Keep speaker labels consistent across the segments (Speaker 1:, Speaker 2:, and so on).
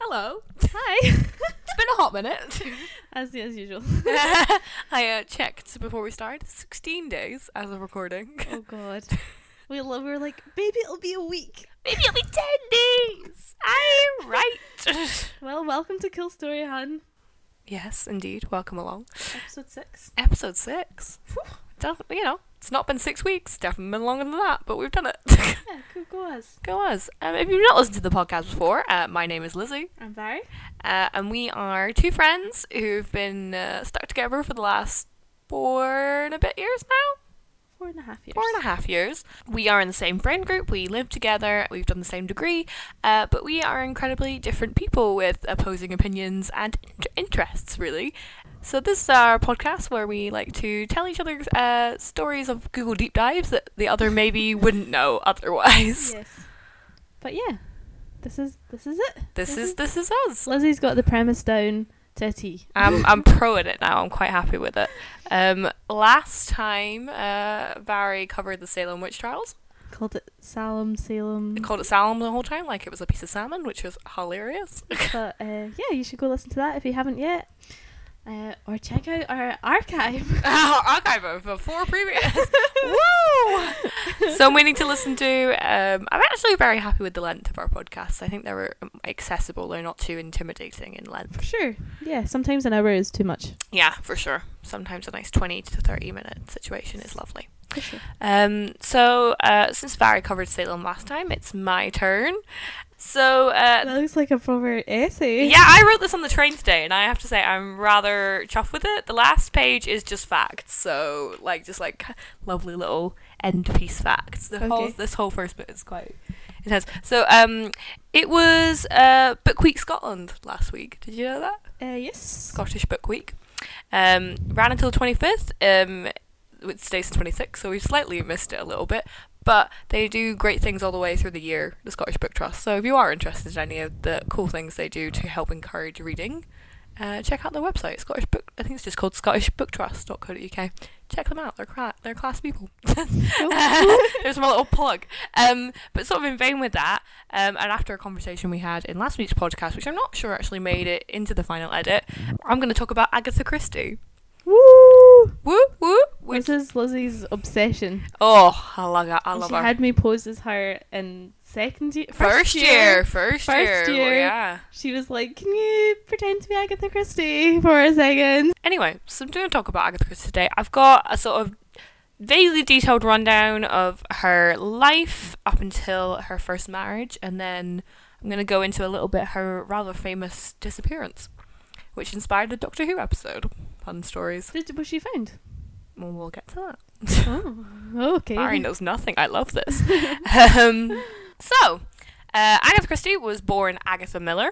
Speaker 1: Hello.
Speaker 2: Hi.
Speaker 1: It's been a hot minute.
Speaker 2: as as usual.
Speaker 1: I uh, checked before we started. 16 days as of recording.
Speaker 2: Oh god. We love. We're like maybe it'll be a week.
Speaker 1: Maybe it'll be 10 days. I'm right.
Speaker 2: Well, welcome to Kill Story Hun,
Speaker 1: yes, indeed. Welcome along.
Speaker 2: episode six.
Speaker 1: Episode 6. Doesn't, you know, it's not been six weeks. Definitely been longer than that, but we've done it.
Speaker 2: Yeah, cool go us.
Speaker 1: Go us. Um, if you've not listened to the podcast before, uh, my name is Lizzie.
Speaker 2: I'm Barry.
Speaker 1: Uh, and we are two friends who've been uh, stuck together for the last four and a bit years now.
Speaker 2: Four and a half years.
Speaker 1: Four and a half years. We are in the same friend group. We live together. We've done the same degree. Uh, but we are incredibly different people with opposing opinions and in- interests, really. So, this is our podcast where we like to tell each other uh, stories of Google deep dives that the other maybe wouldn't know otherwise.
Speaker 2: Yes. But yeah, this is this is it.
Speaker 1: This is this is us.
Speaker 2: Lizzie's got the premise down to a T.
Speaker 1: I'm I'm pro at it now. I'm quite happy with it. Um, last time, uh, Barry covered the Salem witch trials.
Speaker 2: Called it Salem Salem.
Speaker 1: They called it Salem the whole time, like it was a piece of salmon, which was hilarious.
Speaker 2: But uh, yeah, you should go listen to that if you haven't yet, uh, or check out our archive.
Speaker 1: Our archive of four previous. Woo! So I'm waiting to listen to. Um, I'm actually very happy with the length of our podcasts. I think they're um, accessible. They're not too intimidating in length.
Speaker 2: Sure. Yeah. Sometimes an hour is too much.
Speaker 1: Yeah, for sure. Sometimes a nice twenty to thirty minute situation is lovely.
Speaker 2: For sure.
Speaker 1: Um, so uh, since Barry covered Salem last time, it's my turn. So uh,
Speaker 2: That looks like a proper essay.
Speaker 1: yeah, I wrote this on the train today, and I have to say I'm rather chuffed with it. The last page is just facts, so like just like lovely little end piece facts. The whole
Speaker 2: Okay.
Speaker 1: this whole first bit is quite intense. So um, it was uh, Book Week Scotland last week. Did you know that?
Speaker 2: Uh, yes.
Speaker 1: Scottish Book Week. Um, ran until the 25th. Um, with today's the 26th, so we've slightly missed it a little bit. But they do great things all the way through the year, the Scottish Book Trust. So if you are interested in any of the cool things they do to help encourage reading, uh, check out their website, Scottish Book. I think it's just called ScottishBookTrust.co.uk. Check them out. They're cra- they're class people. There's my little plug. Um, but sort of in vain with that, um, and after a conversation we had in last week's podcast, which I'm not sure actually made it into the final edit, I'm going to talk about Agatha Christie.
Speaker 2: Woo!
Speaker 1: Woo woo. Which,
Speaker 2: This is Lizzie's obsession.
Speaker 1: oh, I love her. I love
Speaker 2: she
Speaker 1: her.
Speaker 2: had me pose as her in second year.
Speaker 1: First year, first
Speaker 2: First
Speaker 1: year, well,
Speaker 2: year.
Speaker 1: yeah.
Speaker 2: She was like, Can you pretend to be Agatha Christie for a second?
Speaker 1: Anyway, so I'm going to talk about Agatha Christie today. I've got a sort of vaguely detailed rundown of her life up until her first marriage, and then I'm going to go into a little bit her rather famous disappearance, which inspired the Doctor Who episode. Fun stories.
Speaker 2: Did, was she found?
Speaker 1: Well, we'll get to that.
Speaker 2: Oh, okay.
Speaker 1: Barry knows nothing. I love this. um, so, uh, Agatha Christie was born Agatha Miller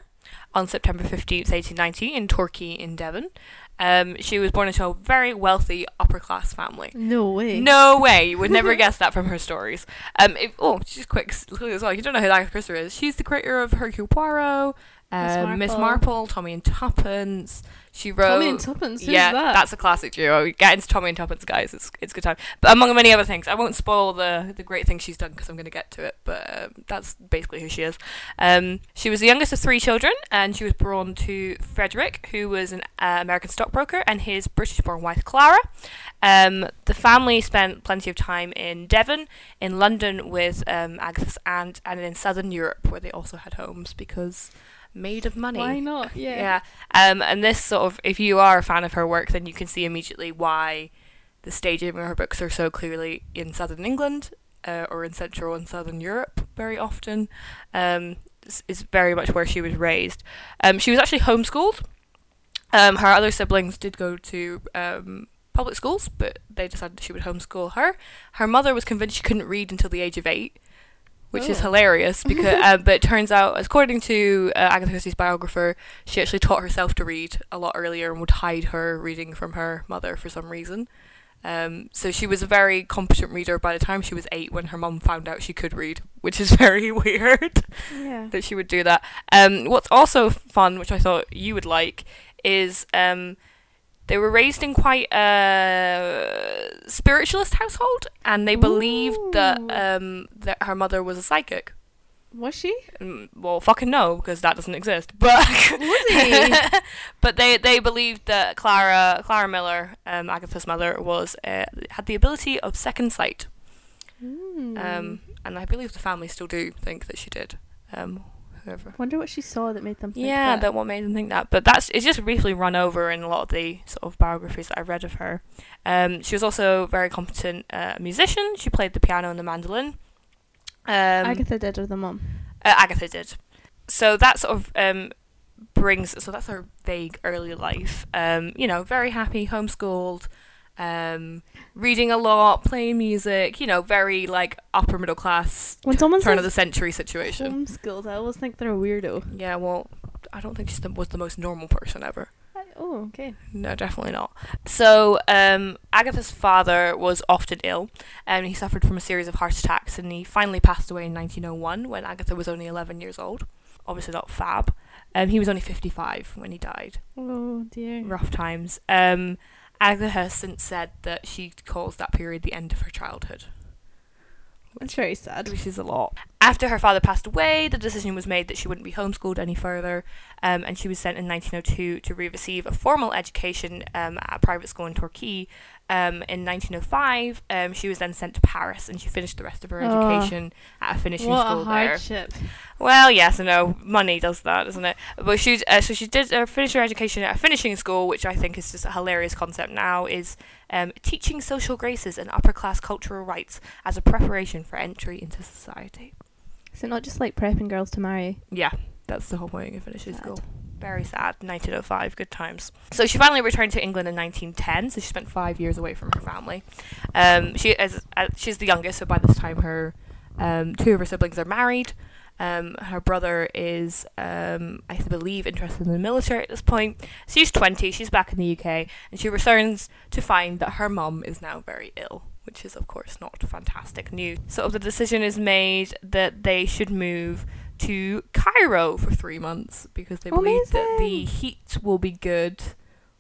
Speaker 1: on September 15th, 1890, in Torquay, in Devon. Um, she was born into a very wealthy upper class family.
Speaker 2: No way.
Speaker 1: No way. You would never guess that from her stories. Um, if, oh, she's quick s- clue as well. You don't know who Agatha Christie is. She's the creator of Hercule Poirot, uh, Miss
Speaker 2: Marple.
Speaker 1: Marple, Tommy and Tuppence. She wrote
Speaker 2: Tommy and Tuppence. Who's
Speaker 1: yeah,
Speaker 2: that?
Speaker 1: that's a classic duo. Get into Tommy and Tuppence, guys. It's it's a good time. But among many other things, I won't spoil the the great things she's done because I'm going to get to it. But um, that's basically who she is. Um, she was the youngest of three children, and she was born to Frederick, who was an uh, American stockbroker, and his British-born wife Clara. Um, the family spent plenty of time in Devon, in London with um, Agatha's aunt, and in southern Europe where they also had homes because made of money.
Speaker 2: Why not? Yeah.
Speaker 1: Yeah. Um, and this sort of, if you are a fan of her work, then you can see immediately why the staging of her books are so clearly in southern England uh, or in central and southern Europe very often. Um, this is very much where she was raised. Um, she was actually homeschooled. Um, her other siblings did go to um, public schools, but they decided she would homeschool her. Her mother was convinced she couldn't read until the age of eight, which is
Speaker 2: Oh.
Speaker 1: hilarious because. uh, but it turns out, according to uh, Agatha Christie's biographer, she actually taught herself to read a lot earlier and would hide her reading from her mother for some reason. Um, so she was a very competent reader by the time she was eight when her mum found out she could read, which is very weird
Speaker 2: Yeah.
Speaker 1: that she would do that. Um, what's also fun, which I thought you would like, is um, they were raised in quite a spiritualist household, and they believed that
Speaker 2: Ooh.
Speaker 1: um, that her mother was a psychic.
Speaker 2: Was she?
Speaker 1: Mm, well fucking no because that doesn't exist but
Speaker 2: he?
Speaker 1: but they they believed that clara clara miller um agatha's mother was uh, had the ability of second sight
Speaker 2: Hmm. Mm.
Speaker 1: um and i believe the family still do think that she did um whoever
Speaker 2: Wonder what she saw that made them think
Speaker 1: yeah
Speaker 2: that.
Speaker 1: that what made them think that but that's it's just briefly run over in a lot of the sort of biographies that i've read of her um she was also a very competent uh, musician she played the piano and the mandolin um
Speaker 2: Agatha did or the mum.
Speaker 1: uh, Agatha did. So that sort of um, brings. So that's her vague early life. Um, you know, very happy, homeschooled, um, reading a lot, playing music. You know, very like upper middle class,
Speaker 2: When someone
Speaker 1: turn
Speaker 2: says Mm.
Speaker 1: of the century situation.
Speaker 2: homeschooled, I always think they're a weirdo.
Speaker 1: Yeah, well, I don't think she was the most normal person ever.
Speaker 2: I, oh, okay.
Speaker 1: No, definitely not. So, um, Agatha's father was often ill, and he suffered from a series of heart attacks, and he finally passed away in 1901 when Agatha was only 11 years old. Obviously, not fab. Um, he was only 55 when he died.
Speaker 2: Oh dear.
Speaker 1: Rough times. Um, Agatha has since said that she calls that period the end of her childhood
Speaker 2: That's very sad.
Speaker 1: which is a lot. After her father passed away, the decision was made that she wouldn't be homeschooled any further, um, and she was sent in 1902 to re- receive a formal education um, at a private school in Torquay. Um, in 1905, um, she was then sent to Paris, and she finished the rest of her
Speaker 2: Oh.
Speaker 1: education at a finishing
Speaker 2: What
Speaker 1: school
Speaker 2: a
Speaker 1: there.
Speaker 2: hardship.
Speaker 1: Well, yes, I know money does that, doesn't it? But she uh, so she did uh, finish her education at a finishing school, which I think is just a hilarious concept. Now is um, teaching social graces and upper class cultural rights as a preparation for entry into society.
Speaker 2: Is it not just like prepping girls to marry?
Speaker 1: Yeah, that's the whole point of finishing
Speaker 2: Sad.
Speaker 1: school. Very sad. 1905, good times. So she finally returned to England in 1910. So she spent five years away from her family. Um, she is uh, she's the youngest, so by this time her um, two of her siblings are married. Um, her brother is, um, I believe, interested in the military at this point. She's 20. She's back in the UK, and she returns to find that her mum is now very ill, which is of course not fantastic news. So the decision is made that they should move to Cairo for three months because they believe that the
Speaker 2: Amazing.
Speaker 1: heat will be good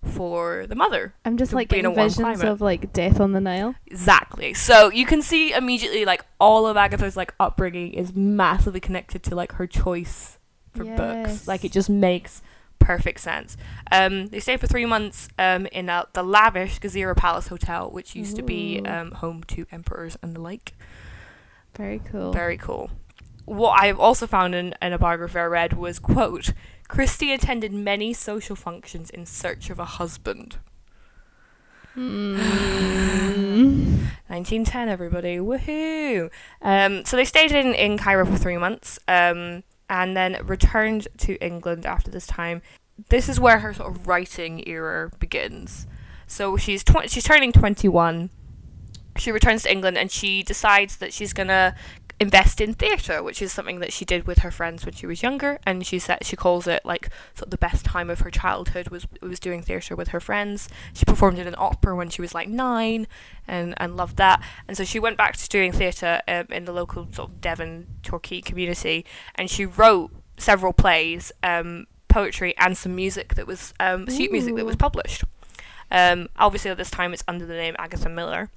Speaker 1: for the mother.
Speaker 2: I'm just
Speaker 1: To
Speaker 2: like
Speaker 1: be in a
Speaker 2: getting
Speaker 1: warm
Speaker 2: visions
Speaker 1: climate.
Speaker 2: of like death on the Nile.
Speaker 1: Exactly. So you can see immediately, like all of Agatha's like upbringing is massively connected to like her choice for books.
Speaker 2: Yes.
Speaker 1: Like it just makes perfect sense. Um, they stayed for three months um, in uh, the lavish Gazira Palace Hotel, which used to be
Speaker 2: Ooh.
Speaker 1: um, home to emperors and the like.
Speaker 2: Very cool.
Speaker 1: Very cool. What I've also found in, in a biography I read was quote Christie attended many social functions in search of a husband.
Speaker 2: Mm.
Speaker 1: 1910, everybody. Woohoo! Um, so they stayed in, in Cairo for three months um, and then returned to England after this time. This is where her sort of writing era begins. So she's tw- she's turning 21. She returns to England and she decides that she's going to invest in theatre, which is something that she did with her friends when she was younger. And she said she calls it like sort of the best time of her childhood was was doing theatre with her friends. She performed in an opera when she was like nine, and and loved that. And so she went back to doing theatre um, in the local sort of Devon Torquay community, and she wrote several plays, um, poetry, and some music that was um, sheet music that was
Speaker 2: Ooh.
Speaker 1: published. Um, obviously, at this time, it's under the name Agatha Miller.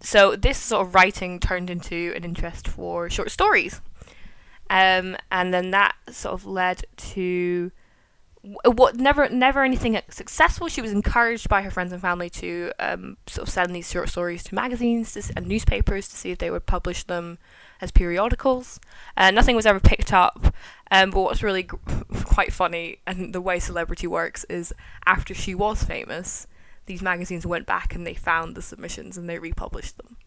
Speaker 1: So this sort of writing turned into an interest for short stories, um, and then that sort of led to w- what never never anything successful. She was encouraged by her friends and family to um, sort of send these short stories to magazines to, s- and newspapers to see if they would publish them as periodicals. Uh, nothing was ever picked up. Um, but what's really g- quite funny and the way celebrity works is after she was famous, these magazines went back and they found the submissions and they republished them.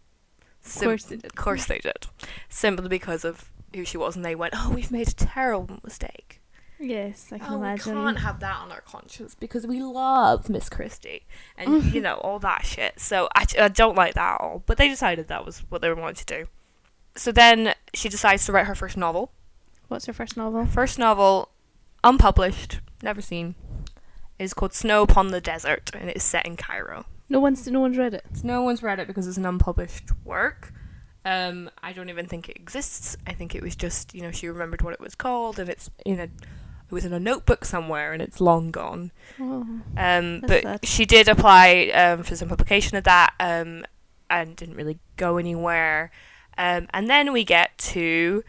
Speaker 2: Of course they did.
Speaker 1: Of course they did. Simply because of who she was, and they went, "Oh, we've made a terrible mistake.
Speaker 2: Yes, I can
Speaker 1: oh,
Speaker 2: imagine.
Speaker 1: we can't have that on our conscience because we loved Miss Christie and you know all that shit." So I, I don't like that at all. But they decided that was what they wanted to do. So then she decides to write her first novel.
Speaker 2: What's her first novel?
Speaker 1: First novel, unpublished, never seen, is called Snow Upon the Desert, and it is set in Cairo.
Speaker 2: No one's no one's read it.
Speaker 1: No one's read it because it's an unpublished work. Um, I don't even think it exists. I think it was just you know she remembered what it was called, and it's in a it was in a notebook somewhere, and it's long gone.
Speaker 2: Oh.
Speaker 1: Um,
Speaker 2: That's
Speaker 1: but
Speaker 2: sad.
Speaker 1: she did apply um, for some publication of that, um, and didn't really go anywhere. Um, and then we get to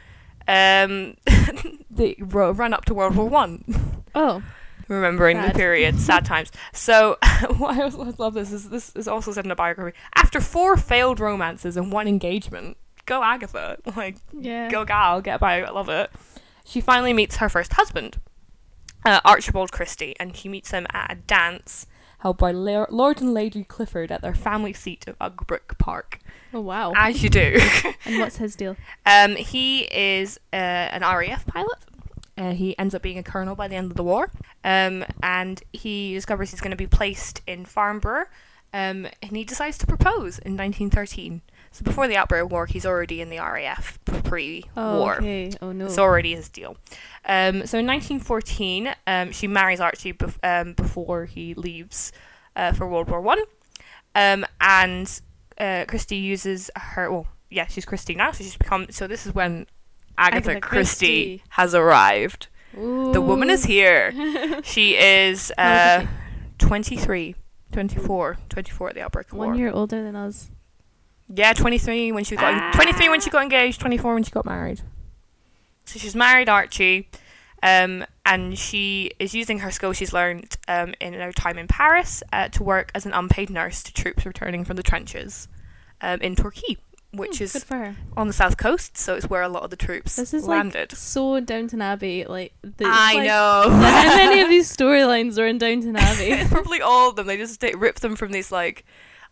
Speaker 1: Um, they ru- run up to World War One
Speaker 2: Oh,
Speaker 1: remembering the
Speaker 2: Sad.
Speaker 1: period, sad times. So, why I also love this is this is also said in a biography. After four failed romances and one engagement, go Agatha, like
Speaker 2: yeah.
Speaker 1: go gal, get by, I love it. She finally meets her first husband, uh, Archibald Christie, and she meets him at a dance held by La- Lord and Lady Clifford at their family seat of Ugbrook Park.
Speaker 2: Oh wow.
Speaker 1: As you do.
Speaker 2: and what's his deal?
Speaker 1: Um, he is uh, an RAF pilot. Uh, he ends up being a colonel by the end of the war. Um, and he discovers he's going to be placed in Farnborough. Um, and he decides to propose in 1913. So before the outbreak of war, he's already in the RAF pre
Speaker 2: Oh,
Speaker 1: war.
Speaker 2: okay. Oh no.
Speaker 1: It's already his deal. Um, so in 1914, um, she marries Archie bef- um, before he leaves uh, for World War One, um, and uh, Christie uses her. Well, yeah, she's Christie now, so she's become. So this is when Agatha, Christie,
Speaker 2: Agatha Christie.
Speaker 1: has arrived. The woman is
Speaker 2: Ooh.
Speaker 1: here. she is
Speaker 2: How
Speaker 1: uh,
Speaker 2: old is
Speaker 1: 23, 24, 24 at the outbreak of war.
Speaker 2: One year older than us.
Speaker 1: Yeah, 23 when she got
Speaker 2: Ah.
Speaker 1: 23 when she got engaged, 24 when she got married. So she's married Archie, um, and she is using her skills she's learned um, in her time in Paris uh, to work as an unpaid nurse to troops returning from the trenches um, in Torquay, which
Speaker 2: Hmm,
Speaker 1: is
Speaker 2: good for her.
Speaker 1: on the south coast. So it's where a lot of the troops
Speaker 2: This is
Speaker 1: landed.
Speaker 2: like so Downton Abbey. Like the,
Speaker 1: I
Speaker 2: like,
Speaker 1: know.
Speaker 2: How many of these storylines are in Downton Abbey?
Speaker 1: Probably all of them. They just take, rip them from these like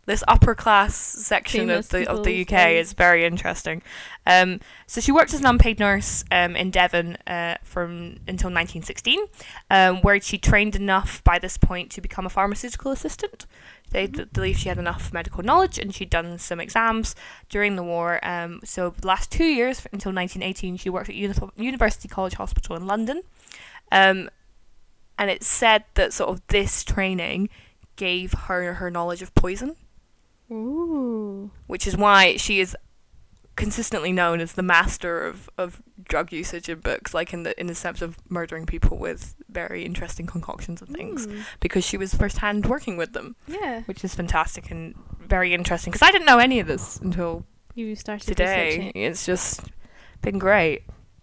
Speaker 1: this upper class section
Speaker 2: Famous
Speaker 1: of the of the
Speaker 2: people's
Speaker 1: UK.
Speaker 2: things.
Speaker 1: It's very interesting. Um, so she worked as an unpaid nurse um, in Devon uh, from until 1916, um, where she trained enough by this point to become a pharmaceutical assistant. They d- believe she had enough medical knowledge, and she'd done some exams during the war. Um, so the last two years f- until 1918, she worked at Uni- University College Hospital in London. Um, and it's said that sort of this training gave her her knowledge of poison,
Speaker 2: Ooh.
Speaker 1: which is why she is consistently known as the master of, of drug usage in books, like in the in the sense of murdering people with very interesting concoctions of things,
Speaker 2: Hmm.
Speaker 1: because she was firsthand working with them,
Speaker 2: Yeah.
Speaker 1: which is fantastic and very interesting. Because I didn't know any of this until
Speaker 2: You started
Speaker 1: today.
Speaker 2: researching.
Speaker 1: It's just been great.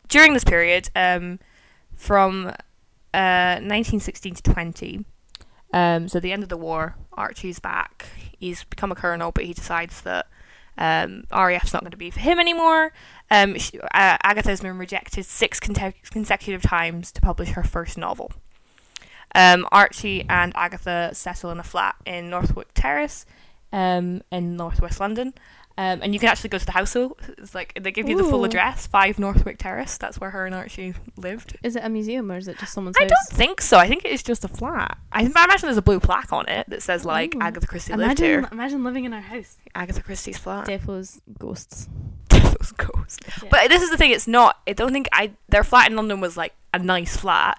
Speaker 1: During this period, um, from uh, 1916 to 20, um, so the end of the war, Archie's back. He's become a colonel, but he decides that um, RAF's not going to be for him anymore. Um, she, uh, Agatha's been rejected six conte- consecutive times to publish her first novel. Um, Archie and Agatha settle in a flat in Northwood Terrace um, in northwest London. Um, and you can actually go to the house. So it's like they give you the full
Speaker 2: Ooh.
Speaker 1: address, five Northwick Terrace. That's where her and Archie lived.
Speaker 2: Is it a museum or is it just someone's
Speaker 1: I
Speaker 2: house?
Speaker 1: don't think so. I think it is just a flat. I, I imagine there's a blue plaque on it that says like
Speaker 2: Ooh.
Speaker 1: Agatha Christie lived
Speaker 2: imagine,
Speaker 1: here.
Speaker 2: imagine living in our house.
Speaker 1: Agatha Christie's flat.
Speaker 2: Defo's ghosts.
Speaker 1: Devil's Ghost.
Speaker 2: Yeah.
Speaker 1: But this is the thing. It's not. I don't think I. Their flat in London was like a nice flat,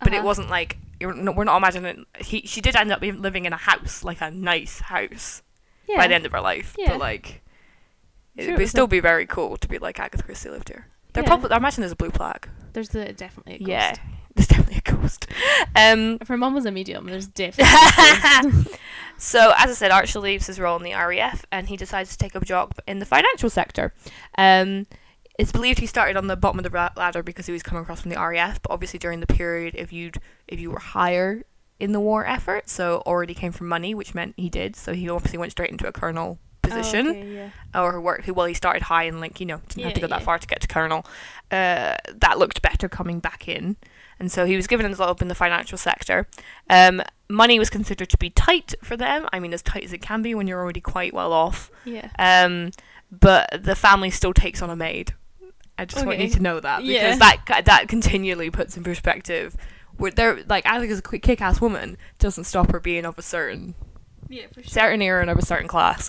Speaker 1: but it
Speaker 2: Uh-huh.
Speaker 1: wasn't like you're, no, we're not imagining. He she did end up living in a house, like a nice house,
Speaker 2: Yeah.
Speaker 1: by the end of her life.
Speaker 2: Yeah.
Speaker 1: But like, it
Speaker 2: Sure, it
Speaker 1: would
Speaker 2: was
Speaker 1: still
Speaker 2: a-
Speaker 1: be very cool to be like Agatha Christie lived here. They're
Speaker 2: Yeah.
Speaker 1: probably. I imagine there's a blue plaque.
Speaker 2: There's the, definitely a ghost.
Speaker 1: Yeah, there's definitely a ghost. Um,
Speaker 2: If her mum was a medium, there's definitely a ghost.
Speaker 1: so as I said, Archer leaves his role in the RAF and he decides to take up a job in the financial sector. Um, it's believed he started on the bottom of the ra- ladder because he was coming across from the RAF, but obviously during the period, if you'd if you were higher in the war effort, so already came from money, which meant he did. So he obviously went straight into a colonel position
Speaker 2: Oh, okay, yeah.
Speaker 1: or work well he started high and like you know didn't have to
Speaker 2: Yeah,
Speaker 1: go that
Speaker 2: yeah.
Speaker 1: far to get to colonel uh, that looked better coming back in and so he was given his up in the financial sector um, money was considered to be tight for them i mean as tight as it can be when you're already quite well off
Speaker 2: Yeah.
Speaker 1: um, but the family still takes on a maid i just want you
Speaker 2: Okay.
Speaker 1: to know that because
Speaker 2: Yeah.
Speaker 1: that that continually puts in perspective where they're like i think is a quick kick-ass woman doesn't stop her being of a certain
Speaker 2: Yeah, for sure.
Speaker 1: certain era and of a certain class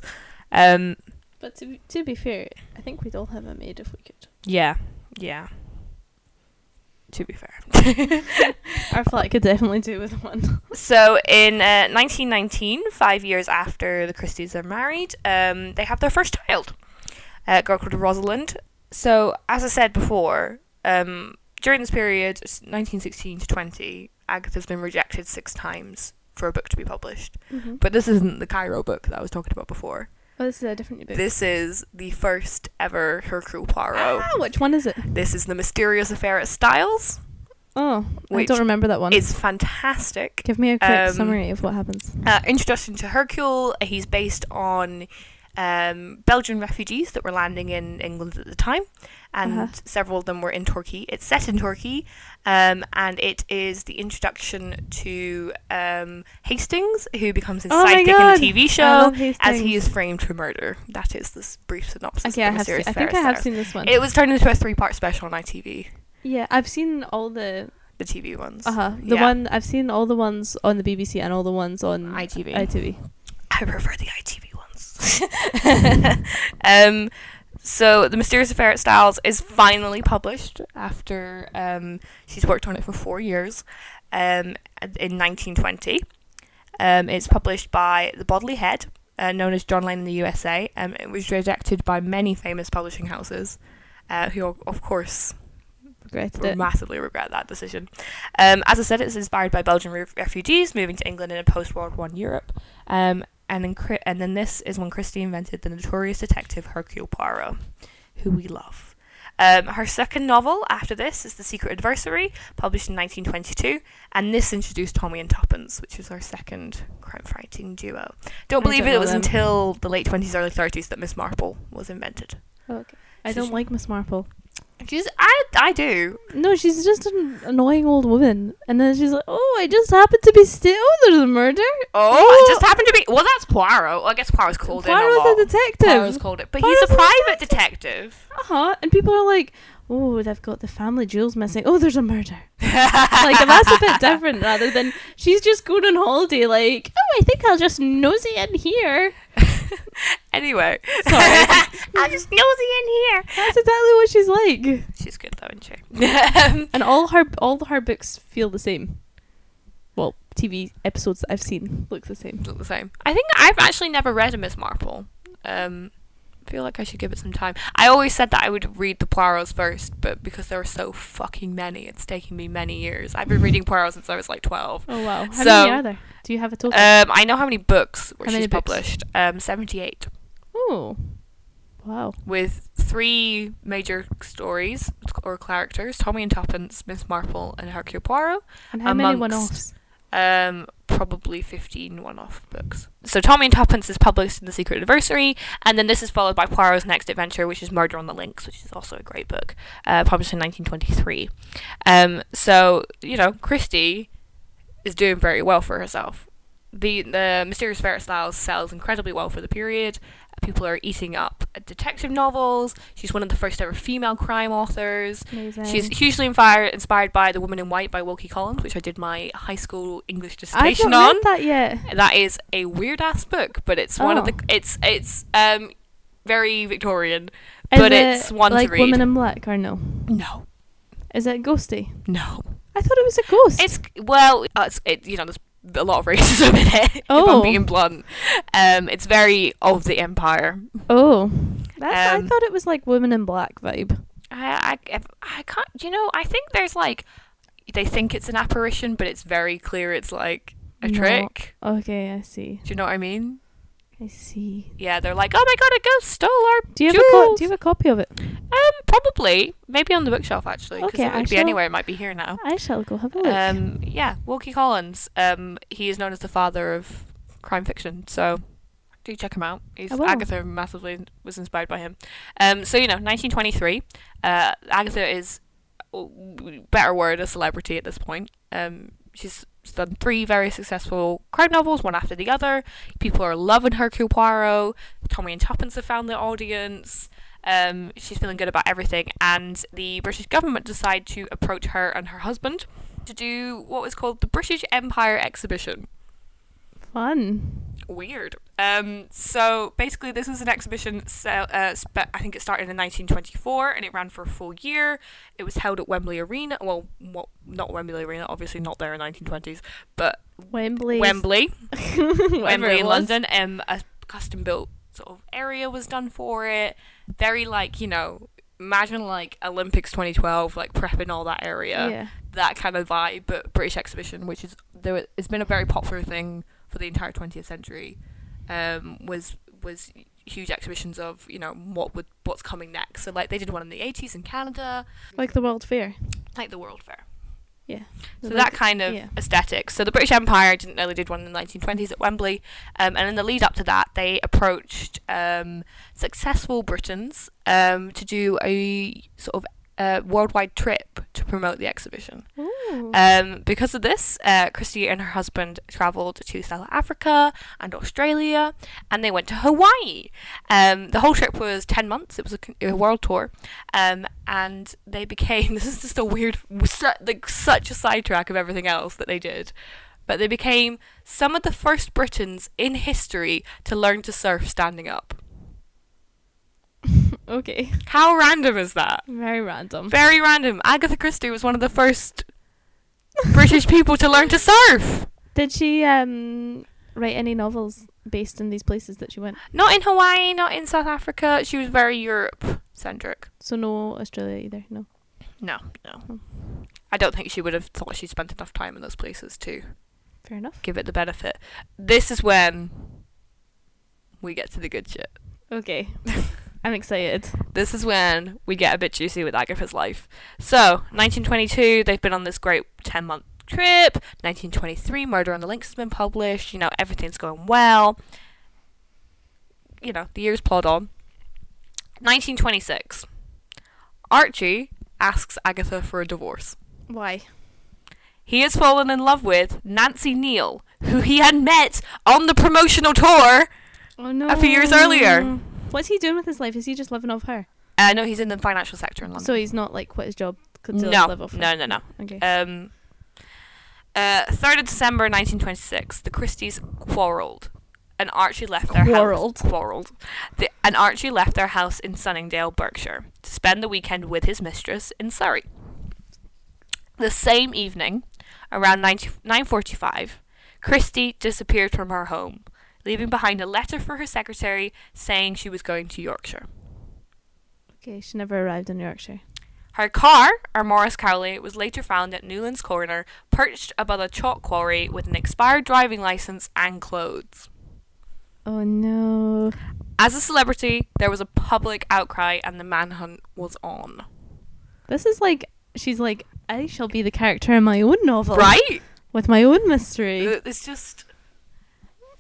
Speaker 1: um,
Speaker 2: But to, be- to be fair, I think we'd all have a maid if we could.
Speaker 1: Yeah, yeah. To be fair.
Speaker 2: Our flat could definitely do with one.
Speaker 1: So in uh, 1919, five years after the Christies are married, um, they have their first child, a girl called Rosalind. So as I said before, um, during this period, s- 1916 to 20, Agatha's been Mm-hmm. rejected six times for a book to be published. But this isn't the Cairo book that I was talking about before.
Speaker 2: Oh, this is a different book.
Speaker 1: This is the first ever Hercule Poirot.
Speaker 2: ah, which one is it?
Speaker 1: This is The Mysterious Affair at Styles.
Speaker 2: Oh, I
Speaker 1: Which
Speaker 2: don't remember that one.
Speaker 1: It's fantastic.
Speaker 2: Give me a quick
Speaker 1: um,
Speaker 2: summary of what happens.
Speaker 1: Uh, introduction to Hercule. He's based on um, Belgian refugees that were landing in England at the time, and
Speaker 2: Uh-huh.
Speaker 1: several of them were in Turkey. It's set in Turkey, um, and it is the introduction to um, Hastings, who becomes his
Speaker 2: Oh my
Speaker 1: sidekick
Speaker 2: God.
Speaker 1: in the TV
Speaker 2: I
Speaker 1: show
Speaker 2: love
Speaker 1: as he
Speaker 2: Hastings.
Speaker 1: is framed for murder. That is this brief synopsis.
Speaker 2: Okay, I
Speaker 1: of the
Speaker 2: have. Seen,
Speaker 1: Mysterious
Speaker 2: I think I
Speaker 1: Affair
Speaker 2: have
Speaker 1: Sarah.
Speaker 2: seen this one.
Speaker 1: It was turned into a three-part special on ITV,
Speaker 2: yeah, I've seen all the
Speaker 1: the TV ones.
Speaker 2: uh huh the
Speaker 1: Yeah.
Speaker 2: one I've seen all the ones on the BBC and all the ones on
Speaker 1: ITV.
Speaker 2: ITV.
Speaker 1: I prefer the ITV ones. um, so the Mysterious Affair at Styles is finally published after um, she's worked on it for four years. Um, in 1920, um, it's published by the Bodley Head, uh, known as John Lane in the USA. Um, it was rejected by many famous publishing houses, uh, who of course
Speaker 2: Regretted it.
Speaker 1: massively regret that decision. Um, as I said, it's inspired by Belgian re- refugees moving to England in a post World War One Europe. Um, and then, Chri- and then this is when Christie invented the notorious detective Hercule Poirot, who we love. Um, her second novel after this is The Secret Adversary, published in 1922, and this introduced Tommy and Tuppence, which is our second crime fighting duo. Don't
Speaker 2: I
Speaker 1: believe
Speaker 2: don't
Speaker 1: it,
Speaker 2: know
Speaker 1: it was
Speaker 2: them.
Speaker 1: until the late 20s, early 30s that Miss Marple was invented.
Speaker 2: Oh, okay. I
Speaker 1: So
Speaker 2: don't
Speaker 1: she-
Speaker 2: like Miss Marple.
Speaker 1: She's, I, I do.
Speaker 2: No, she's just an annoying old woman. And then she's like, "Oh, I just happened to be still. There's a murder.
Speaker 1: Oh, it just happened to be. Well, that's Poirot. I guess Poirot's called in a lot.
Speaker 2: Poirot's a
Speaker 1: Poirot's
Speaker 2: detective.
Speaker 1: called it, but he's
Speaker 2: Poirot's
Speaker 1: a
Speaker 2: a
Speaker 1: private detective.
Speaker 2: Uh huh. And people are like, "Oh, they've got the family jewels missing. Oh, there's a murder." like that's a bit different rather than she's just going on holiday like oh i think i'll just nosy in here
Speaker 1: Anyway,
Speaker 2: Sorry.
Speaker 1: I'm just nosy in here.
Speaker 2: that's exactly what she's like
Speaker 1: She's good though, isn't she? Um,
Speaker 2: and all her all her books feel the same well tv episodes that i've seen look the same
Speaker 1: Not the same. I think I've actually never read a Miss Marple. Um, I feel like I should give it some time. I always said that I would read the Poirot's first, but because there are so fucking many, it's taken me many years. I've been reading Poirot since I was like twelve.
Speaker 2: oh wow how
Speaker 1: So-
Speaker 2: many are there do you have a total
Speaker 1: Um, I know how many books were
Speaker 2: How
Speaker 1: she's
Speaker 2: many books?
Speaker 1: published. Um, seventy-eight.
Speaker 2: oh wow
Speaker 1: with three major stories or characters Tommy and Tuppence, Miss Marple, and Hercule Poirot.
Speaker 2: and how many
Speaker 1: Amongst-
Speaker 2: one-offs
Speaker 1: Um, probably 15 one off books. So, Tommy and Tuppence is published in The Secret Adversary, and then this is followed by Poirot's next adventure, which is Murder on the Links, which is also a great book, uh, published in 1923. Um, so, you know, Christie is doing very well for herself. The, the Mysterious Ferret Styles sells incredibly well for the period. People are eating up detective novels. She's one of the first ever female crime authors.
Speaker 2: amazing
Speaker 1: She's hugely inspired inspired by The Woman in White by Wilkie Collins, which I did my high school English
Speaker 2: i've
Speaker 1: dissertation
Speaker 2: not
Speaker 1: on.
Speaker 2: read that yet
Speaker 1: That is a weird ass book, but it's one of
Speaker 2: Oh.
Speaker 1: the it's it's um very Victorian.
Speaker 2: Is
Speaker 1: But
Speaker 2: it
Speaker 1: it's one to
Speaker 2: like
Speaker 1: read.
Speaker 2: women in black or no
Speaker 1: No,
Speaker 2: is it ghosty
Speaker 1: no,
Speaker 2: i thought it was a ghost
Speaker 1: it's well, uh, it's, it you know there's a lot of racism in it. If I'm
Speaker 2: Oh.
Speaker 1: being blunt, um, it's very of the empire.
Speaker 2: oh that's,
Speaker 1: Um,
Speaker 2: i thought it was like women in black vibe
Speaker 1: I, I if- I can't you know I think there's like they think it's an apparition, but it's very clear it's like a
Speaker 2: No.
Speaker 1: trick.
Speaker 2: Okay, I see.
Speaker 1: Do you know what I mean?
Speaker 2: I see.
Speaker 1: Yeah, they're like, oh my god, a ghost stole our
Speaker 2: Do you have
Speaker 1: jewels.
Speaker 2: a co- do you have a copy of it?
Speaker 1: um, probably maybe on the bookshelf actually. because
Speaker 2: Okay,
Speaker 1: it
Speaker 2: I
Speaker 1: would be
Speaker 2: shall-
Speaker 1: anywhere. It might be here now.
Speaker 2: I shall go have a look.
Speaker 1: Um, yeah, Wilkie Collins. Um, he is known as the father of crime fiction. So do check him out. He's
Speaker 2: I will.
Speaker 1: Agatha massively was inspired by him. Um, so you know, 1923. Uh, Agatha is w- better word a celebrity at this point. Um, she's done three very successful crime novels, one after the other. People are loving Hercule Poirot. Tommy and Tuppence have found their audience. Um, she's feeling good about everything, and the British government decide to approach her and her husband to do what was called the British Empire Exhibition
Speaker 2: Fun.
Speaker 1: weird. Um, so basically, this was an exhibition. So, uh, spe- I think it started in 1924 and it ran for a full year. It was held at Wembley Arena. Well, what, not Wembley Arena, obviously not there in 1920s, but
Speaker 2: Wembley.
Speaker 1: Wembley,
Speaker 2: Whatever
Speaker 1: Wembley
Speaker 2: it
Speaker 1: in
Speaker 2: was.
Speaker 1: London. Um, a custom built sort of area was done for it. Very like you know, imagine like Olympics 2012, like prepping all that area
Speaker 2: Yeah.
Speaker 1: that kind of vibe, but British exhibition, which is there, it's been a very popular thing for the entire 20th century. Um, was was huge exhibitions of you know what would what's coming next. So like they did one in the eighties in Canada,
Speaker 2: Like the World Fair.
Speaker 1: like the World Fair.
Speaker 2: Yeah.
Speaker 1: So
Speaker 2: Like-
Speaker 1: that kind of
Speaker 2: yeah.
Speaker 1: aesthetic. So the British Empire didn't know they did one in the 1920s at Wembley, um, and in the lead up to that, they approached um, successful Britons um, to do a sort of uh, worldwide trip to promote the exhibition.
Speaker 2: Ooh.
Speaker 1: Um, because of this, uh, Christy and her husband travelled to South Africa and Australia, and they went to Hawaii. Um, the whole trip was 10 months, it was a, con- a world tour, um, and they became this is just a weird, su- like, such a sidetrack of everything else that they did. But they became some of the first Britons in history to learn to surf standing up.
Speaker 2: okay.
Speaker 1: How random is that?
Speaker 2: Very random.
Speaker 1: Very random. Agatha Christie was one of the first British people to learn to surf.
Speaker 2: Did she um write any novels based in these places that she went?
Speaker 1: Not in Hawaii, not in South Africa. She was very Europe centric.
Speaker 2: So no Australia either. No.
Speaker 1: No, no. I don't think she would have thought she spent enough time in those places to
Speaker 2: Fair enough.
Speaker 1: give it the benefit. This is when we get to the good shit.
Speaker 2: Okay. I'm excited.
Speaker 1: This is when we get a bit juicy with Agatha's life. So, 1922, they've been on this great 10 month trip. 1923, Murder on the Links has been published. You know, everything's going well. You know, the years plod on. 1926, Archie asks Agatha for a divorce.
Speaker 2: Why?
Speaker 1: He has fallen in love with Nancy Neal, who he had met on the promotional tour.
Speaker 2: Oh no.
Speaker 1: A few years earlier.
Speaker 2: What's he doing with his life? Is he just living off her?
Speaker 1: I know Uh, he's in the financial sector in London.
Speaker 2: So he's not like quit his job to
Speaker 1: No,
Speaker 2: live off her.
Speaker 1: no, no, no.
Speaker 2: Okay.
Speaker 1: Um, uh, 3rd of December 1926, the Christies quarrelled. And Archie left their
Speaker 2: Quarrelled.
Speaker 1: house. Quarrelled. The, and Archie left their house in Sunningdale, Berkshire, to spend the weekend with his mistress in Surrey. The same evening, around 90, 9.45, Christie disappeared from her home, leaving behind a letter for her secretary saying she was going to Yorkshire.
Speaker 2: okay. She never arrived in Yorkshire.
Speaker 1: Her car, or Morris Cowley, was later found at Newlands Corner, perched above a chalk quarry with an expired driving license and clothes.
Speaker 2: Oh no.
Speaker 1: As a celebrity, there was a public outcry and the manhunt was on.
Speaker 2: This is like she's like I shall be the character in my own novel.
Speaker 1: Right? Uh,
Speaker 2: With my own mystery.
Speaker 1: It's just.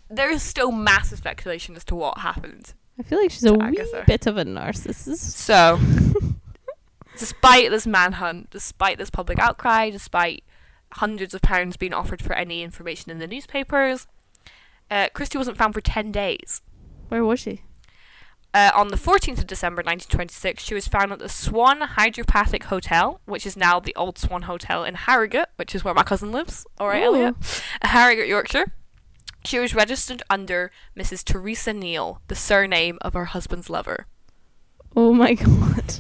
Speaker 1: There is still massive speculation as to what happened.
Speaker 2: I feel like she's a
Speaker 1: I
Speaker 2: wee
Speaker 1: guess so.
Speaker 2: bit of a narcissist.
Speaker 1: So, despite this manhunt, despite this public outcry, despite hundreds of pounds being offered for any information in the newspapers, uh, Christie wasn't found for 10 days.
Speaker 2: Where was she?
Speaker 1: Uh, on the 14th of December 1926, she was found at the Swan Hydropathic Hotel, which is now the Old Swan Hotel in Harrogate, which is where my cousin lives. All right,
Speaker 2: Ooh.
Speaker 1: Elliot. Harrogate, Yorkshire. She was registered under Mrs. Teresa Neal, the surname of her husband's lover.
Speaker 2: Oh my god.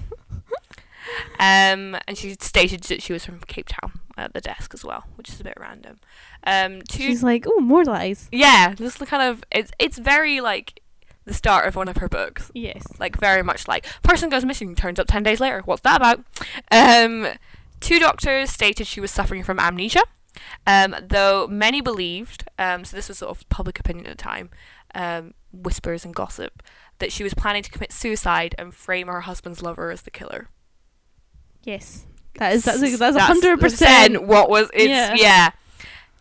Speaker 1: Um, and she stated that she was from Cape Town at the desk as well, which is a bit random. Um, two,
Speaker 2: She's like, oh, more lies.
Speaker 1: yeah, this is the kind of it's it's very like the start of one of her books.
Speaker 2: Yes.
Speaker 1: like very much like person goes missing turns up 10 days later what's that about um two doctors stated she was suffering from amnesia um though many believed um so this was sort of public opinion at the time um whispers and gossip that she was planning to commit suicide and frame her husband's lover as the killer
Speaker 2: Yes. That is that's that's,
Speaker 1: That's
Speaker 2: hundred percent.
Speaker 1: what was it's yeah.
Speaker 2: Yeah.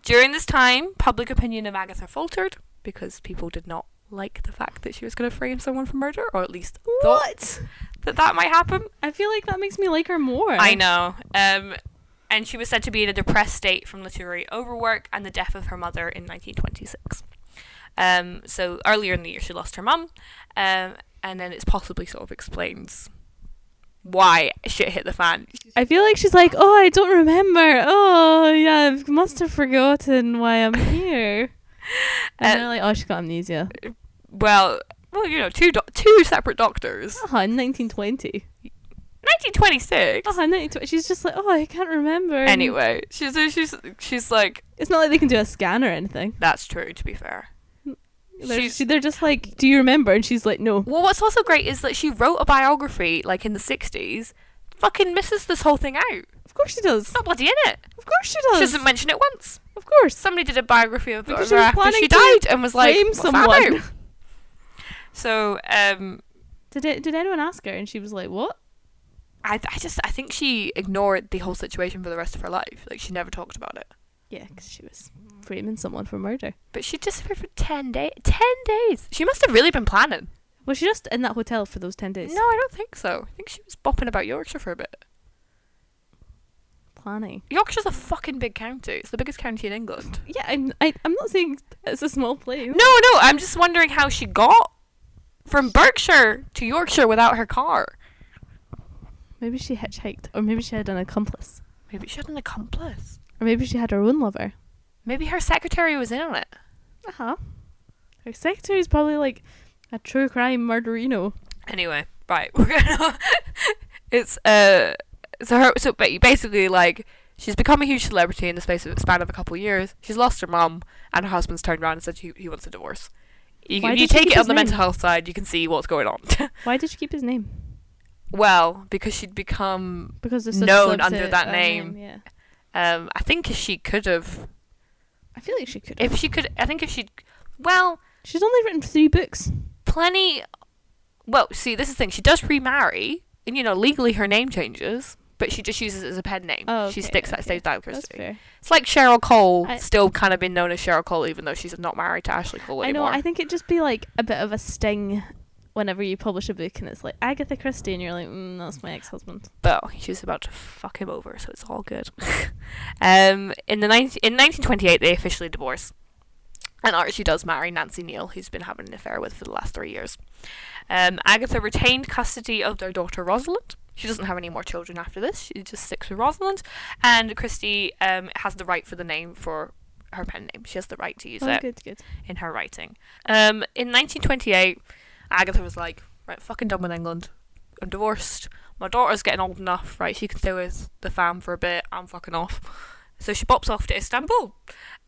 Speaker 1: during this time public opinion of agatha faltered because people did not like the fact that she was going to frame someone for murder or at least thought
Speaker 2: What?
Speaker 1: that that might happen
Speaker 2: I feel like that makes me like her more.
Speaker 1: I know. Um, and she was said to be in a depressed state from literary overwork and the death of her mother in 1926. Um, so earlier in the year, she lost her mum, um, and then it's possibly sort of explains why shit hit the fan.
Speaker 2: I feel like she's like, oh, I don't remember. Oh, yeah, I must have forgotten why I'm here. And
Speaker 1: Uh,
Speaker 2: they're like, oh, she's got amnesia.
Speaker 1: Well, well, you know, two do- two separate doctors.
Speaker 2: Uh-huh, 1920.
Speaker 1: 1926.
Speaker 2: Uh-huh, 1920. She's just like, oh, I can't remember. And
Speaker 1: Anyway, she's she's she's like
Speaker 2: It's not like they can do a scan or anything.
Speaker 1: that's true. To be fair.
Speaker 2: They're,
Speaker 1: She's-
Speaker 2: she- they're just like, do you remember? And she's like, no.
Speaker 1: Well, what's also great is that she wrote a biography like in the 60s. Fucking misses this whole thing out.
Speaker 2: Of course she does.
Speaker 1: It's not bloody in it.
Speaker 2: Of course she
Speaker 1: She
Speaker 2: does.
Speaker 1: doesn't mention it once.
Speaker 2: of course.
Speaker 1: Somebody did a biography of
Speaker 2: Because
Speaker 1: her
Speaker 2: she was
Speaker 1: after
Speaker 2: planning
Speaker 1: she
Speaker 2: to
Speaker 1: died and was like,
Speaker 2: blame
Speaker 1: What's that about?"
Speaker 2: someone.
Speaker 1: So um,
Speaker 2: Did it, did anyone ask her? And she was like, "What?"
Speaker 1: I, I just I think she ignored the whole situation for the rest of her life. Like she never talked about it.
Speaker 2: Yeah, because she was framing someone for murder.
Speaker 1: But she disappeared for ten days. Ten days. She must have really been planning.
Speaker 2: Was she just in that hotel for those ten days?
Speaker 1: No, I don't think so. I think she was bopping about Yorkshire for a bit.
Speaker 2: planning.
Speaker 1: Yorkshire's a fucking big county. It's the biggest county in England.
Speaker 2: Yeah, I'm. I, I'm not saying it's a small place.
Speaker 1: No, no. I'm just wondering how she got from Berkshire to Yorkshire without her car.
Speaker 2: Maybe she hitchhiked, or maybe she had an accomplice,
Speaker 1: Maybe she had an accomplice.
Speaker 2: or maybe she had her own lover.
Speaker 1: Maybe her secretary was in on it.
Speaker 2: Uh
Speaker 1: Uh-huh.
Speaker 2: huh. Her secretary's probably like a true crime murderino.
Speaker 1: Anyway, right, we're gonna. it's uh, so her so ba- basically like she's become a huge celebrity in the space of span of a couple of years. She's lost her mum, and her husband's turned around and said he, he wants a divorce. You,
Speaker 2: Why
Speaker 1: if you
Speaker 2: did she
Speaker 1: take
Speaker 2: keep
Speaker 1: it on
Speaker 2: his
Speaker 1: the mental
Speaker 2: name?
Speaker 1: health side, you can see what's going on.
Speaker 2: Why did she keep his name?
Speaker 1: well, because she'd become,
Speaker 2: Because there's such
Speaker 1: Known
Speaker 2: celebs
Speaker 1: under
Speaker 2: that-
Speaker 1: that
Speaker 2: that
Speaker 1: name.
Speaker 2: Uh, Yeah,
Speaker 1: um, I think if she could have,
Speaker 2: I feel like she could.
Speaker 1: if she could, e- I think if she'd, well,
Speaker 2: She's only written three books.
Speaker 1: plenty. Well, see, this is the thing. She does remarry, and you know, legally her name changes, but she just uses it as a pen name.
Speaker 2: Oh,
Speaker 1: she
Speaker 2: okay,
Speaker 1: sticks that
Speaker 2: okay.
Speaker 1: stays down
Speaker 2: That's
Speaker 1: Christie.
Speaker 2: fair.
Speaker 1: It's like Cheryl Cole,
Speaker 2: I-
Speaker 1: still kind of been known as Cheryl Cole, even though she's not married to Ashley Cole
Speaker 2: I know.
Speaker 1: anymore.
Speaker 2: I think it'd just be like a bit of a sting whenever you publish a book and it's like Agatha Christie, and you're like, mm, that's my ex-husband.
Speaker 1: but she's about to fuck him over, so it's all good. um, in the 19- in 1928, they officially divorce, and Archie does marry Nancy Neal, who's been having an affair with for the last three years. Um, Agatha retained custody of their daughter Rosalind. She doesn't have any more children after this. She just sticks with Rosalind, and Christie um, has the right for the name for her pen name. She has the right to use
Speaker 2: Oh,
Speaker 1: it
Speaker 2: good, good.
Speaker 1: in her writing. Um, in 1928, Agatha was like, right, fucking done with England. I'm divorced. My daughter's getting old enough, right? She can stay with the fam for a bit. I'm fucking off. So she pops off to Istanbul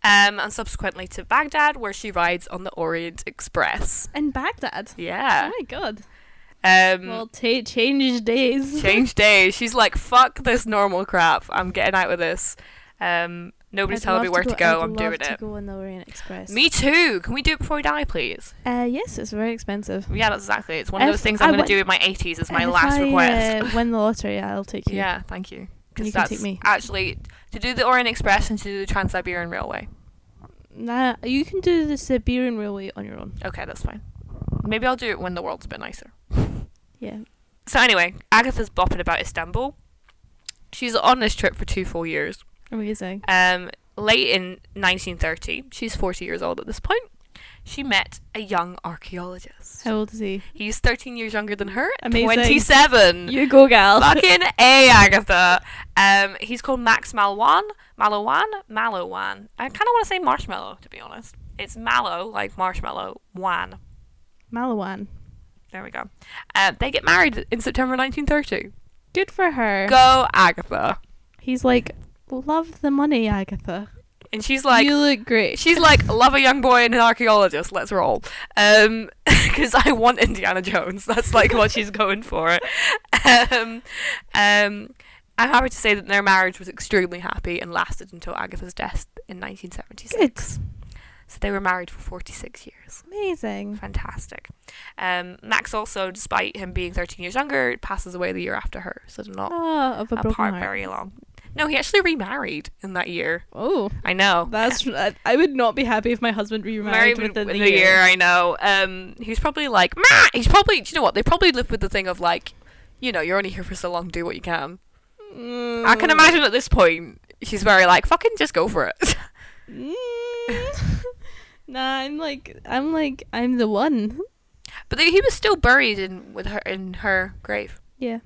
Speaker 1: um, and subsequently to Baghdad, where she rides on the Orient Express.
Speaker 2: In Baghdad.
Speaker 1: Yeah.
Speaker 2: Oh my god.
Speaker 1: Um,
Speaker 2: Well, ta change days.
Speaker 1: change days. She's like, fuck this normal crap. I'm getting out of this. Um, nobody's
Speaker 2: I'd
Speaker 1: telling me
Speaker 2: love
Speaker 1: where to go.
Speaker 2: I'd
Speaker 1: I'm doing
Speaker 2: love to
Speaker 1: it.
Speaker 2: go on the Orient Express.
Speaker 1: Me too. Can we do it before we die, please?
Speaker 2: Uh, yes, it's very expensive.
Speaker 1: Yeah, that's exactly. it. It's one of
Speaker 2: If
Speaker 1: those things
Speaker 2: I
Speaker 1: I'm going
Speaker 2: went-
Speaker 1: to do in my 80s as my
Speaker 2: And if
Speaker 1: last
Speaker 2: I,
Speaker 1: request.
Speaker 2: Uh, win the lottery, I'll take you.
Speaker 1: yeah, thank you.
Speaker 2: You
Speaker 1: Because
Speaker 2: can
Speaker 1: that's
Speaker 2: take me.
Speaker 1: actually to do the Orient Express and to do the Trans Siberian Railway.
Speaker 2: Nah, you can do the Siberian Railway on your own.
Speaker 1: Okay, that's fine. Maybe I'll do it when the world's a bit nicer.
Speaker 2: Yeah.
Speaker 1: So anyway, Agatha's bopping about Istanbul. She's on this trip for two full years.
Speaker 2: Amazing.
Speaker 1: Um, late in 1930, she's 40 years old at this point. She met a young archaeologist.
Speaker 2: How old is he?
Speaker 1: He's 13 years younger than her.
Speaker 2: Amazing.
Speaker 1: 27.
Speaker 2: You go, gal.
Speaker 1: Mm. Fucking A, Agatha. Um, he's called Max Malwan. Malowan? Malowan. I kind of want to say marshmallow, to be honest. It's mallow, like marshmallow, wan.
Speaker 2: Malawan.
Speaker 1: There we go. Uh, they get married in September 1930.
Speaker 2: Good for her.
Speaker 1: Go, Agatha.
Speaker 2: He's like, love the money, Agatha.
Speaker 1: And she's like,
Speaker 2: you look great.
Speaker 1: she's like, love a young boy and an archaeologist. Let's roll. Um, because I want Indiana Jones. That's like what she's going for. Um, um, I'm happy to say that their marriage was extremely happy and lasted until Agatha's death in 1976.
Speaker 2: Good.
Speaker 1: So they were married for 46 years.
Speaker 2: Amazing.
Speaker 1: Fantastic. Um, Max also, despite him being 13 years younger, passes away the year after her. So they're not
Speaker 2: Oh, of a broken
Speaker 1: apart
Speaker 2: heart.
Speaker 1: very long. No, he actually remarried in that year.
Speaker 2: Oh,
Speaker 1: I know.
Speaker 2: that's. I, I would not be happy if my husband remarried
Speaker 1: Married with-
Speaker 2: within
Speaker 1: in
Speaker 2: the,
Speaker 1: the year. I know. Um, he's probably like, "Mah!" he's probably, do you know what? They probably live with the thing of like, you know, you're only here for so long, do what you can.
Speaker 2: Mm.
Speaker 1: I can imagine at this point, she's very like, fucking just go for it.
Speaker 2: Mm. nah, I'm like, I'm like, I'm the one.
Speaker 1: but then he was still buried in with her in her grave.
Speaker 2: Yeah.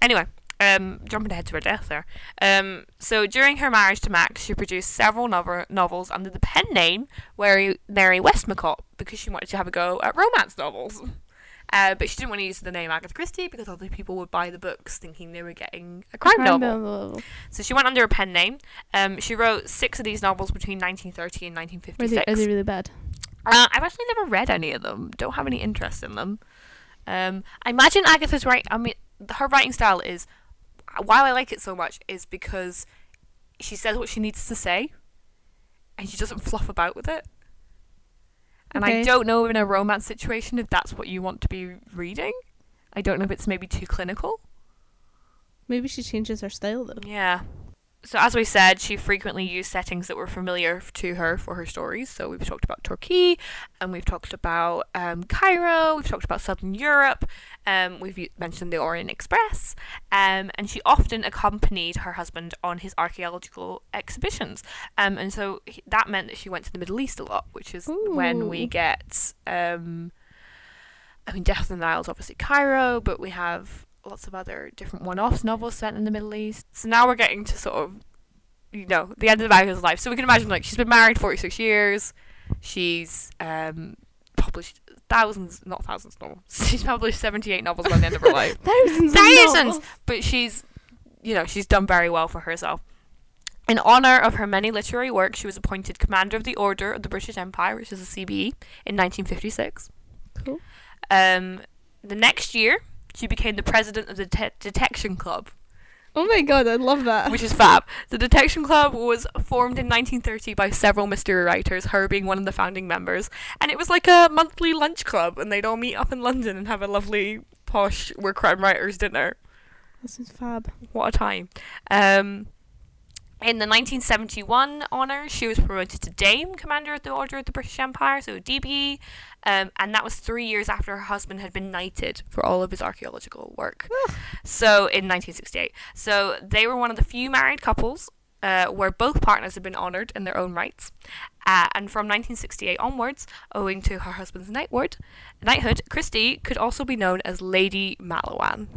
Speaker 1: Anyway, um, jumping ahead to her death there. Um, so during her marriage to Max, she produced several novel- novels under the pen name Mary, Mary Westmacott because she wanted to have a go at romance novels. Uh, but she didn't want to use the name Agatha Christie because other people would buy the books thinking they were getting a crime, novel.
Speaker 2: novel.
Speaker 1: So she went under a pen name. Um, she wrote six of these novels between 1930 and
Speaker 2: Are they,
Speaker 1: 1956.
Speaker 2: are they really bad?
Speaker 1: Uh, I've actually never read any of them. Don't have any interest in them. Um, I imagine Agatha's writing. I mean, her writing style is why I like it so much is because she says what she needs to say, and she doesn't fluff about with it. And I
Speaker 2: Okay.
Speaker 1: don't know in a romance situation if that's what you want to be reading. I don't know if it's maybe too clinical.
Speaker 2: Maybe she changes her style though.
Speaker 1: Yeah. So as we said, she frequently used settings that were familiar f- to her for her stories. So we've talked about Turkey, and we've talked about um, Cairo. We've talked about Southern Europe. Um, we've u- mentioned the Orient Express, um, and she often accompanied her husband on his archaeological exhibitions. Um, and so he- that meant that she went to the Middle East a lot, which is when we
Speaker 2: Ooh.
Speaker 1: get. Um, I mean, Death on the Nile is obviously Cairo, but we have lots of other different one-offs novels set in the Middle East. So now we're getting to sort of, you know, the end of Agatha's life. So we can imagine like she's been married 46 years. She's um, published thousands, not thousands, no. She's published 78 novels by the end of her life.
Speaker 2: Thousands, of
Speaker 1: Thousands!
Speaker 2: novels.
Speaker 1: But she's, you know, she's done very well for herself. In honour of her many literary works, she was appointed Commander of the Order of the British Empire, which is the CBE, in 1956.
Speaker 2: Cool.
Speaker 1: Um, the next year, she became the president of the det Detection Club,
Speaker 2: Oh my god, I love that.
Speaker 1: which is fab. The Detection Club was formed in 1930 by several mystery writers, her being one of the founding members, and it was like a monthly lunch club, and they'd all meet up in London and have a lovely posh "We're Crime Writers" dinner.
Speaker 2: That sounds fab.
Speaker 1: What a time! Um, in the 1971 honours, she was promoted to Dame Commander of the Order of the British Empire, so DBE, um, and that was three years after her husband had been knighted for all of his archaeological work.
Speaker 2: Ugh.
Speaker 1: So in 1968, so they were one of the few married couples uh, where both partners had been honoured in their own rights. Uh, and from 1968 onwards, owing to her husband's knighthood, knighthood, Christie could also be known as Lady Malawan.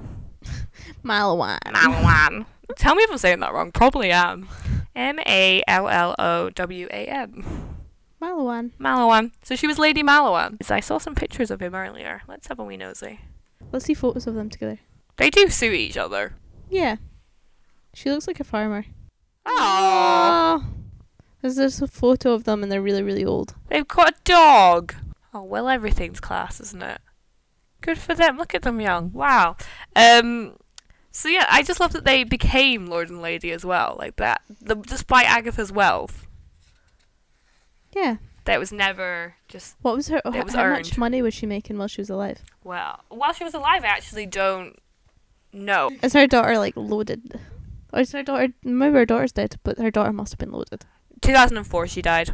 Speaker 2: Malawan.
Speaker 1: Malawan. Tell me if I'm saying that wrong. Probably am. M A L L O W A N.
Speaker 2: Malawan.
Speaker 1: Malawan. So she was Lady Malawan. I saw some pictures of him earlier. Let's have a wee nosy.
Speaker 2: Let's see photos of them together.
Speaker 1: They do suit each other.
Speaker 2: Yeah. She looks like a farmer.
Speaker 1: Oh,
Speaker 2: Because there's a photo of them and they're really, really old.
Speaker 1: they've got a dog. Oh well, everything's class, isn't it? Good for them. Look at them young. Wow. Um. So yeah, I just love that they became Lord and Lady as well, like that. The, despite Agatha's wealth,
Speaker 2: Yeah.
Speaker 1: that was never just
Speaker 2: What was her? h-
Speaker 1: was
Speaker 2: how
Speaker 1: earned.
Speaker 2: much money was she making while she was alive?
Speaker 1: Well, while she was alive, I actually don't know.
Speaker 2: Is her daughter like loaded? Or is her daughter? Maybe her daughter's dead, but her daughter must have been loaded.
Speaker 1: 2004, she died.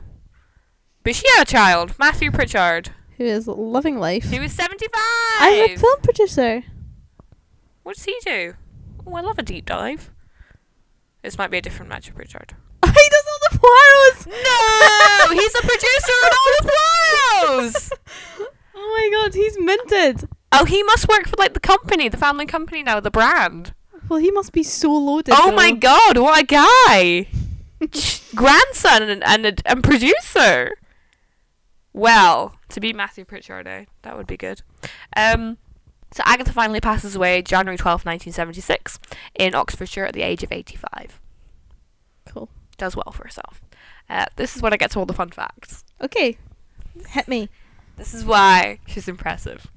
Speaker 1: But she had a child, Matthew Pritchard.
Speaker 2: Who is loving life?
Speaker 1: He was 75!
Speaker 2: I'm a film producer.
Speaker 1: What does he do? Oh, I love a deep dive. This might be a different Matthew Pritchard.
Speaker 2: he does all the Poirot's.
Speaker 1: No! He's a producer on all the Poirot's!
Speaker 2: Oh my god, he's minted.
Speaker 1: Oh, he must work for, like, the company, the family company now, the brand.
Speaker 2: Well, he must be so loaded.
Speaker 1: Oh my
Speaker 2: though.
Speaker 1: god, what a guy! Grandson and and, and, and producer. Well, to be Matthew Pritchard, eh? That would be good. Um, so Agatha finally passes away January twelfth, nineteen 1976, in Oxfordshire at the age of 85.
Speaker 2: Cool.
Speaker 1: Does well for herself. Uh, this is when I get to all the fun facts.
Speaker 2: Okay, hit me.
Speaker 1: This is why she's impressive.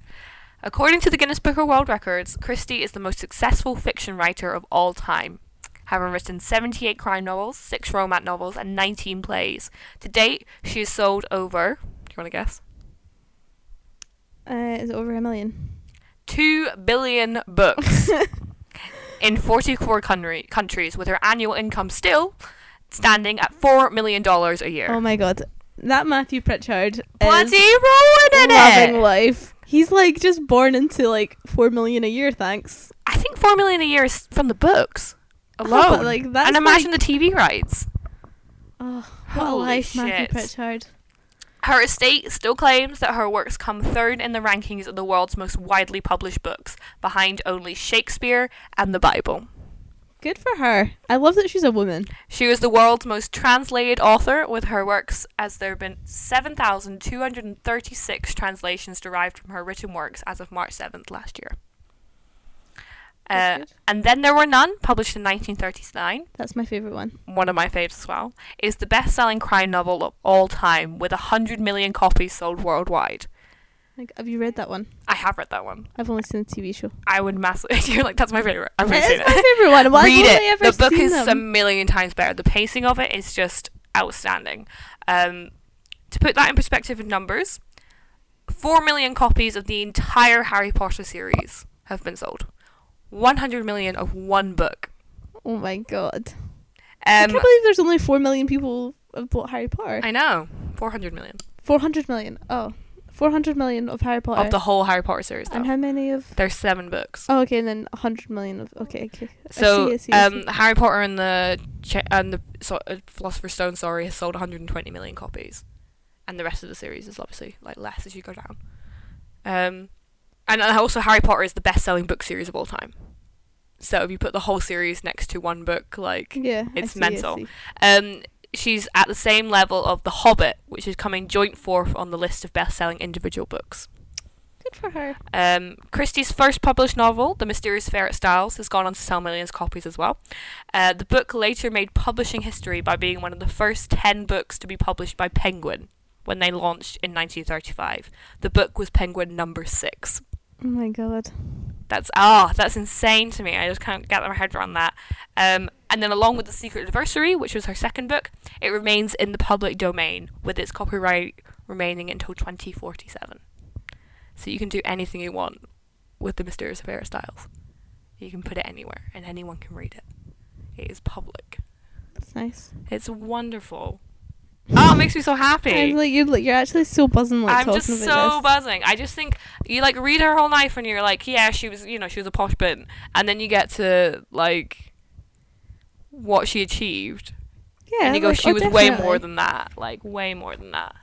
Speaker 1: According to the Guinness Book of World Records, Christie is the most successful fiction writer of all time, having written 78 crime novels, 6 romance novels, and 19 plays. To date, she has sold over, do you want to guess?
Speaker 2: Uh, is it over a million?
Speaker 1: 2 billion books in 44 country- countries, with her annual income still standing at $4 million a year.
Speaker 2: Oh my god, that Matthew Pritchard
Speaker 1: Bloody rolling
Speaker 2: is
Speaker 1: in
Speaker 2: loving
Speaker 1: it!
Speaker 2: life. He's like just born into like four million a year. Thanks.
Speaker 1: I think four million a year is from the books
Speaker 2: Oh,
Speaker 1: alone.
Speaker 2: but, like, that's
Speaker 1: and imagine the TV rights.
Speaker 2: Oh, what
Speaker 1: Holy
Speaker 2: a life, Matthew
Speaker 1: shit.
Speaker 2: Pritchard.
Speaker 1: Her estate still claims that her works come third in the rankings of the world's most widely published books, behind only Shakespeare and the Bible.
Speaker 2: Good for her. I love that she's a woman.
Speaker 1: She was the world's most translated author, with her works as there have been 7,236 translations derived from her written works as of March 7th last year.
Speaker 2: That's
Speaker 1: Uh,
Speaker 2: good.
Speaker 1: and then there were none, published in 1939.
Speaker 2: That's my favorite one.
Speaker 1: one of my faves as well, is the best selling crime novel of all time with 100 million copies sold worldwide.
Speaker 2: Like, have you read that one?
Speaker 1: I have read that one.
Speaker 2: I've only seen the TV show.
Speaker 1: I would massively. You're like, that's my favourite. I've
Speaker 2: It
Speaker 1: already seen
Speaker 2: is my
Speaker 1: it.
Speaker 2: favorite one. Well,
Speaker 1: Read
Speaker 2: I've only
Speaker 1: it.
Speaker 2: ever
Speaker 1: the book
Speaker 2: seen
Speaker 1: is
Speaker 2: them.
Speaker 1: a million times better. The pacing of it is just outstanding. Um, to put that in perspective in numbers, Four million copies of the entire Harry Potter series have been sold. 100 million of one book.
Speaker 2: Oh my god. I
Speaker 1: Um,
Speaker 2: can't believe there's only 4 million people have bought Harry Potter.
Speaker 1: I know. 400 million.
Speaker 2: 400 million. Oh. 400 million of Harry Potter.
Speaker 1: Of the whole Harry Potter series, though.
Speaker 2: and how many of.
Speaker 1: There's seven books.
Speaker 2: Oh, okay, and then 100 million of. Okay, okay. I
Speaker 1: So,
Speaker 2: see, I see, I see.
Speaker 1: um, Harry Potter and the che- and the so, uh, Philosopher's Stone, sorry, has sold 120 million copies, and the rest of the series is obviously like less as you go down. Um, and, and also Harry Potter is the best-selling book series of all time. So if you put the whole series next to one book, like
Speaker 2: yeah, I
Speaker 1: it's
Speaker 2: see, I
Speaker 1: mental.
Speaker 2: see.
Speaker 1: um, she's at the same level of The Hobbit, which is coming joint fourth on the list of best-selling individual books.
Speaker 2: Good for her.
Speaker 1: Um, Christie's first published novel, The Mysterious Affair at Styles, has gone on to sell millions of copies as well. Uh, the book later made publishing history by being one of the first 10 books to be published by Penguin when they launched in 1935. The book was Penguin number 6.
Speaker 2: Oh my god.
Speaker 1: That's ah, that's insane to me. I just can't get my head around that. Um, and then, along with the Secret Adversary, which was her second book, it remains in the public domain with its copyright remaining until 2047. So you can do anything you want with the Mysterious Affair of Styles. You can put it anywhere, and anyone can read it. It is public.
Speaker 2: That's nice.
Speaker 1: It's wonderful. Oh, it makes me so happy.
Speaker 2: I'm like, you're, like, you're actually so buzzing like
Speaker 1: I'm
Speaker 2: talking
Speaker 1: just
Speaker 2: about
Speaker 1: so
Speaker 2: this.
Speaker 1: buzzing. I just think you like read her whole life, and you're like, yeah, she was, you know, she was a posh bin, and then you get to like what she achieved,
Speaker 2: yeah,
Speaker 1: and you go,
Speaker 2: like,
Speaker 1: she
Speaker 2: oh,
Speaker 1: was way
Speaker 2: definitely.
Speaker 1: more than that, like way more than that.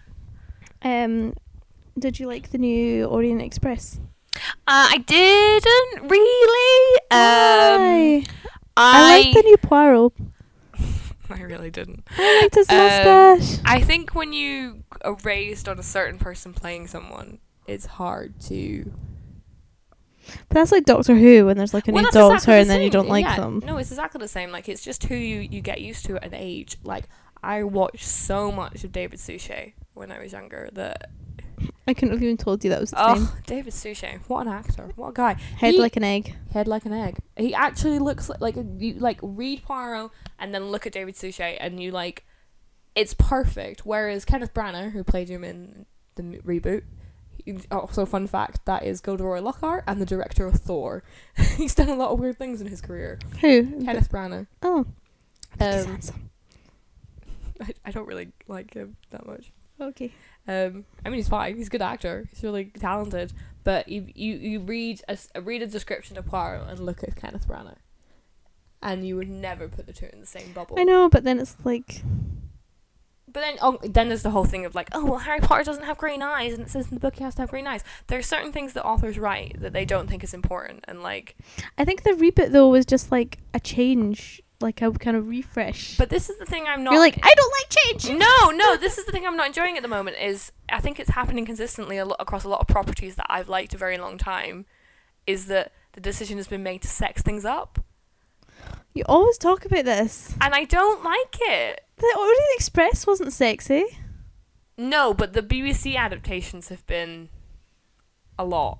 Speaker 2: Um, did you like the new Orient Express?
Speaker 1: Uh, I didn't really. um,
Speaker 2: Why? I, like the new Poirot.
Speaker 1: I really didn't.
Speaker 2: I liked his
Speaker 1: Um,
Speaker 2: mustache.
Speaker 1: I think when you are raised on a certain person playing someone, it's hard to.
Speaker 2: But that's like Doctor Who when there's like a
Speaker 1: Well,
Speaker 2: new
Speaker 1: that's
Speaker 2: Doctor
Speaker 1: exactly the
Speaker 2: and then you
Speaker 1: same.
Speaker 2: don't like
Speaker 1: Yeah,
Speaker 2: them.
Speaker 1: No, it's exactly the same. Like it's just who you, you get used to at an age. Like I watched so much of David Suchet when I was younger that
Speaker 2: I couldn't have even told you that was the same.
Speaker 1: oh David Suchet, what an actor, what a guy.
Speaker 2: Head
Speaker 1: he-
Speaker 2: like an egg.
Speaker 1: Head like an egg. He actually looks like like you like read Poirot and then look at David Suchet and you like it's perfect. Whereas Kenneth Branagh, who played him in the m- reboot. he- Also, fun fact that is Gilderoy Lockhart and the director of Thor. He's done a lot of weird things in his career.
Speaker 2: Who?
Speaker 1: Kenneth Branagh.
Speaker 2: Oh, he's
Speaker 1: Um,
Speaker 2: handsome.
Speaker 1: I, I don't really like him that much.
Speaker 2: Okay.
Speaker 1: Um, I mean, he's fine. He's a good actor. He's really talented. But you you, you read a s- read a description of Poirot and look at Kenneth Branagh, and you would never put the two in the same bubble.
Speaker 2: I know, but then it's like,
Speaker 1: But then oh, then there's the whole thing of like, oh well, Harry Potter doesn't have green eyes, and it says in the book he has to have green eyes. There are certain things that authors write that they don't think is important, and like,
Speaker 2: I think the reboot though was just like a change, like a kind of refresh.
Speaker 1: but this is the thing I'm not. Mm-hmm.
Speaker 2: you're like, I don't like change.
Speaker 1: no, no, this is the thing I'm not enjoying at the moment is I think it's happening consistently a lot across a lot of properties that I've liked a very long time is that the decision has been made to sex things up
Speaker 2: You always talk about this.
Speaker 1: and I don't like it.
Speaker 2: The Orient Express wasn't sexy.
Speaker 1: No, but the BBC adaptations have been a lot.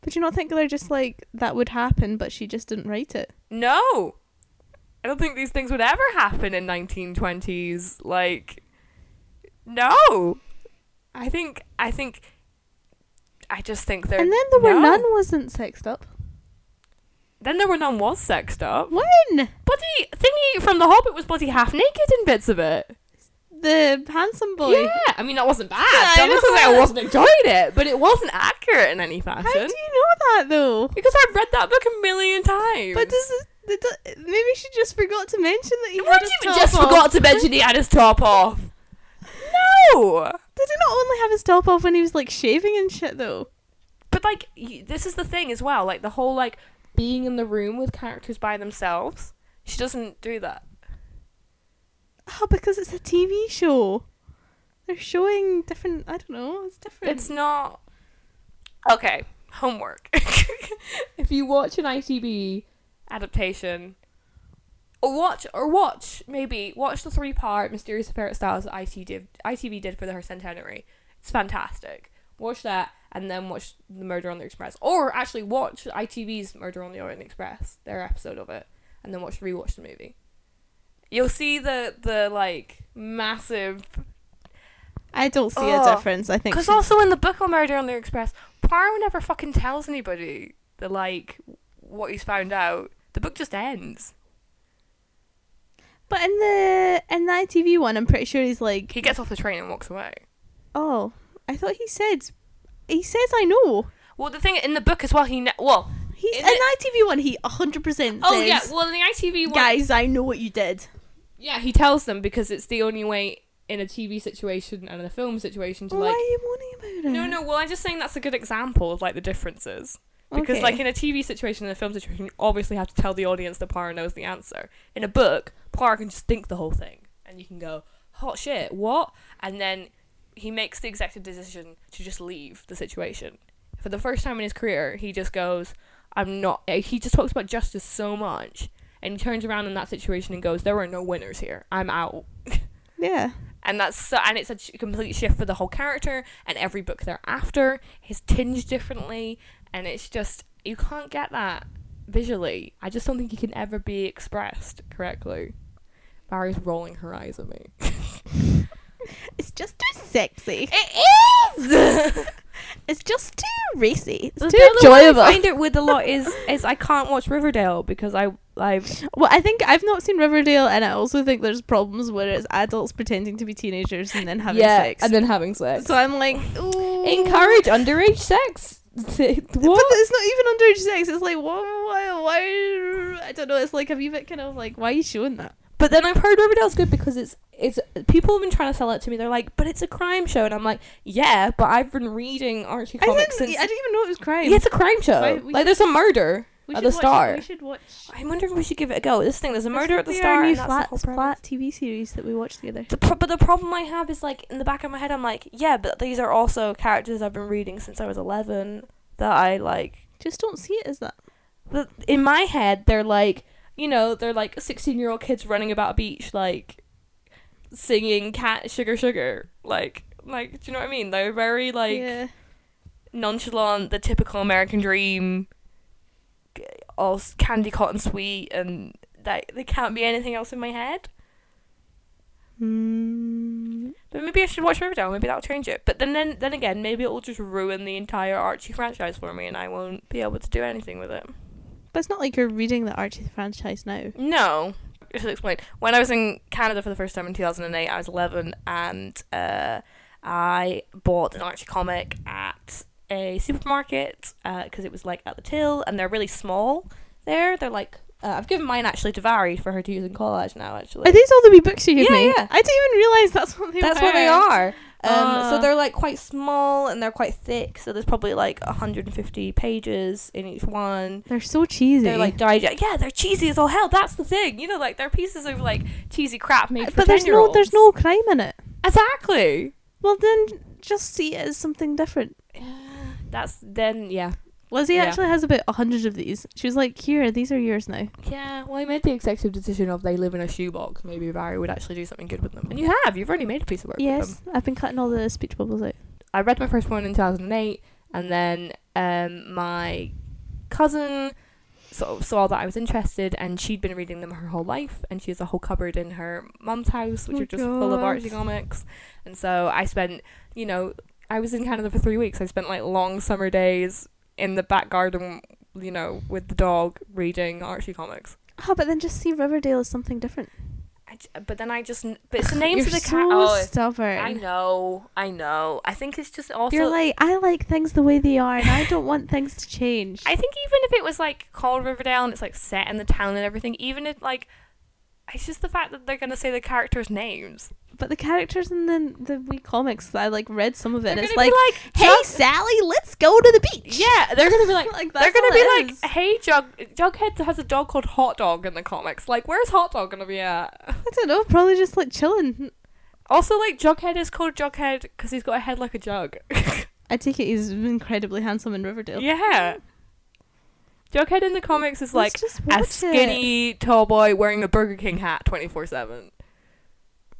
Speaker 2: But do you not think they're just like that would happen, but she just didn't write it?
Speaker 1: No. I don't think these things would ever happen in 1920s like no. I think I think I just think there
Speaker 2: and then the were
Speaker 1: no.
Speaker 2: none wasn't sexed up.
Speaker 1: Then there were none was sexed up.
Speaker 2: When
Speaker 1: bloody thingy from The Hobbit was bloody half naked in bits of it.
Speaker 2: the handsome boy.
Speaker 1: Yeah, I mean that wasn't bad.
Speaker 2: I
Speaker 1: that wasn't
Speaker 2: know.
Speaker 1: like I wasn't enjoying it, but it wasn't accurate in any
Speaker 2: How
Speaker 1: fashion.
Speaker 2: do you know that though?
Speaker 1: because I've read that book a million times.
Speaker 2: But does it, it do- maybe she just forgot to mention that he
Speaker 1: what
Speaker 2: had
Speaker 1: do
Speaker 2: his
Speaker 1: you mean
Speaker 2: top
Speaker 1: just
Speaker 2: off?
Speaker 1: forgot to mention he had his top off? No.
Speaker 2: Did he not only have his top off when he was like shaving and shit though?
Speaker 1: But like y- this is the thing as well, like the whole like being in the room with characters by themselves. She doesn't do that.
Speaker 2: Oh, because it's a TV show. They're showing different. I don't know. It's different.
Speaker 1: It's not. Okay, homework. if you watch an ITB adaptation, or watch, or watch, maybe, watch the three part Mysterious Affair at Styles that IT did, ITV did for her centenary. It's fantastic. Watch that and then watch The Murder on the Express. Or actually watch ITV's Murder on the Orient Express, their episode of it, and then watch rewatch the movie. You'll see the the like massive
Speaker 2: I don't see a
Speaker 1: Ugh.
Speaker 2: difference. I think
Speaker 1: Because
Speaker 2: she's-
Speaker 1: also in the book on Murder on the Express, Poirot never fucking tells anybody the like what he's found out. The book just ends.
Speaker 2: But in the in the ITV one, I'm pretty sure he's like,
Speaker 1: He gets off the train and walks away.
Speaker 2: oh, I thought he said, he says I know.
Speaker 1: Well, the thing in the book as well, he ne- well.
Speaker 2: He's in
Speaker 1: In
Speaker 2: the
Speaker 1: it-
Speaker 2: ITV one. He 100% says,
Speaker 1: Oh yeah, well in the ITV one,
Speaker 2: guys, I know what you did.
Speaker 1: yeah, he tells them because it's the only way in a TV situation and in a film situation to
Speaker 2: Why
Speaker 1: like.
Speaker 2: are you moaning about it?
Speaker 1: No, no. Well, I'm just saying that's a good example of like the differences. Because like
Speaker 2: Okay.
Speaker 1: in a TV situation and a film situation, you obviously have to tell the audience that Poirot knows the answer. In a book, Poirot can just think the whole thing, and you can go, "Hot shit, what?" And then he makes the executive decision to just leave the situation. For the first time in his career, he just goes, "I'm not." eh, He just talks about justice so much, and he turns around in that situation and goes, "There are no winners here. I'm out."
Speaker 2: yeah,
Speaker 1: and that's so, and it's a ch- complete shift for the whole character and every book thereafter is tinged differently and it's just you can't get that visually i just don't think it can ever be expressed correctly barry's rolling her eyes at me
Speaker 2: it's just too sexy.
Speaker 1: it is
Speaker 2: It's just too racy. It's
Speaker 1: the
Speaker 2: too
Speaker 1: thing that
Speaker 2: enjoyable.
Speaker 1: i find it with a lot is is i can't watch riverdale because i i've
Speaker 2: Well, I think I've not seen Riverdale, and I also think there's problems where it's adults pretending to be teenagers and then having sex.
Speaker 1: and then having sex
Speaker 2: so I'm like, ooh.
Speaker 1: encourage underage sex
Speaker 2: But
Speaker 1: what?
Speaker 2: it's not even underage sex. It's like, why, why, why? I don't know. It's like a wee bit kind of like, why are you showing that?
Speaker 1: But then I've heard Riverdale's good because it's it's people have been trying to sell it to me. They're like, but it's a crime show, and I'm like, yeah, but I've been reading Archie
Speaker 2: I
Speaker 1: comics
Speaker 2: didn't, e-
Speaker 1: since.
Speaker 2: I didn't even know it was crime.
Speaker 1: yeah, it's a crime show.
Speaker 2: Why- we
Speaker 1: like,
Speaker 2: should-
Speaker 1: there's a murder
Speaker 2: we
Speaker 1: at
Speaker 2: should
Speaker 1: the
Speaker 2: watch it.
Speaker 1: start.
Speaker 2: We should watch.
Speaker 1: I'm wondering if we should give it a go. This thing, there's a murder at the
Speaker 2: It's
Speaker 1: start.
Speaker 2: Our new
Speaker 1: and that's the
Speaker 2: flat,
Speaker 1: whole premise.
Speaker 2: flat TV series that we watched together.
Speaker 1: The pro- but the problem I have is like in the back of my head, I'm like, yeah, but these are also characters I've been reading since I was 11 that I like
Speaker 2: Just don't see it as that.
Speaker 1: But in my head, they're like, you know, they're like 16 year old kids running about a beach, like singing cat sugar sugar. Like, like, do you know what I mean? They're very like
Speaker 2: yeah.
Speaker 1: nonchalant, the typical American dream, g- all s- candy cotton sweet, and like they can't be anything else in my head.
Speaker 2: Mm,
Speaker 1: But maybe I should watch Riverdale. Maybe that'll change it. But then, then, then again, maybe it will just ruin the entire Archie franchise for me, and I won't be able to do anything with it.
Speaker 2: but it's not like you're reading the Archie franchise now.
Speaker 1: No. I should explain. When I was in Canada for the first time in 2008, I was 11 and uh, I bought an Archie comic at a supermarket because it was like at the till and they're really small there. They're like, uh, I've given mine actually to Vary for her to use in college now, actually.
Speaker 2: Are these all the wee books you gave
Speaker 1: Yeah,
Speaker 2: me?
Speaker 1: yeah.
Speaker 2: I didn't even realize that's what they
Speaker 1: That's
Speaker 2: were.
Speaker 1: what they are. Um,
Speaker 2: Ah.
Speaker 1: So they're like quite small and they're quite thick. So there's probably like 150 pages in each one.
Speaker 2: They're so cheesy.
Speaker 1: They're like digest. Yeah, they're cheesy as all hell. That's the thing. You know, like they're pieces of like cheesy crap made for
Speaker 2: but there's no,
Speaker 1: 10-year-olds.
Speaker 2: there's no crime in it.
Speaker 1: exactly.
Speaker 2: Well, then just see it as something different.
Speaker 1: That's then yeah.
Speaker 2: Lizzie
Speaker 1: Yeah.
Speaker 2: actually has about a hundred of these. She was like, "Here, these are yours now."
Speaker 1: Yeah. Well, I made the executive decision of they live in a shoebox. Maybe Barry would actually do something good with them. And you have. You've already made a piece of work. with them.
Speaker 2: Yes, I've been cutting all the speech bubbles out.
Speaker 1: I read my first one in 2008, and then um, my cousin sort of saw that I was interested, and she'd been reading them her whole life, and she has a whole cupboard in her mum's house, which
Speaker 2: Oh
Speaker 1: are just full of
Speaker 2: God.
Speaker 1: Archie comics. And so I spent, you know, I was in Canada for three weeks. I spent like long summer days in the back garden, you know, with the dog reading Archie comics.
Speaker 2: Oh, but then just see Riverdale as something different.
Speaker 1: I j- but then I just, but it's the names
Speaker 2: You're
Speaker 1: of the
Speaker 2: so
Speaker 1: cat. Oh, it's-
Speaker 2: stubborn.
Speaker 1: I know, I know. I think it's just also
Speaker 2: You're like, I like things the way they are, and I don't want things to change.
Speaker 1: I think even if it was like called Riverdale and it's like set in the town and everything, even if like it's just the fact that they're gonna say the characters' names.
Speaker 2: but the characters in the the wee comics, I like read some of it.
Speaker 1: They're
Speaker 2: and it's
Speaker 1: gonna
Speaker 2: like,
Speaker 1: be like,
Speaker 2: "Hey, Sally, let's go to the beach."
Speaker 1: yeah, they're gonna be like,
Speaker 2: Like,
Speaker 1: they're
Speaker 2: that's
Speaker 1: gonna
Speaker 2: all
Speaker 1: be
Speaker 2: it
Speaker 1: like,
Speaker 2: is.
Speaker 1: hey, Jug Jughead has a dog called Hot Dog in the comics. Like, where's Hot Dog gonna be at?
Speaker 2: I don't know. Probably just like chilling.
Speaker 1: Also, like Jughead is called Jughead because he's got a head like a jug.
Speaker 2: I take it he's incredibly handsome in Riverdale.
Speaker 1: yeah. Jughead in the comics is like
Speaker 2: Let's just watch
Speaker 1: a
Speaker 2: it.
Speaker 1: skinny tall boy wearing a Burger King hat twenty four seven.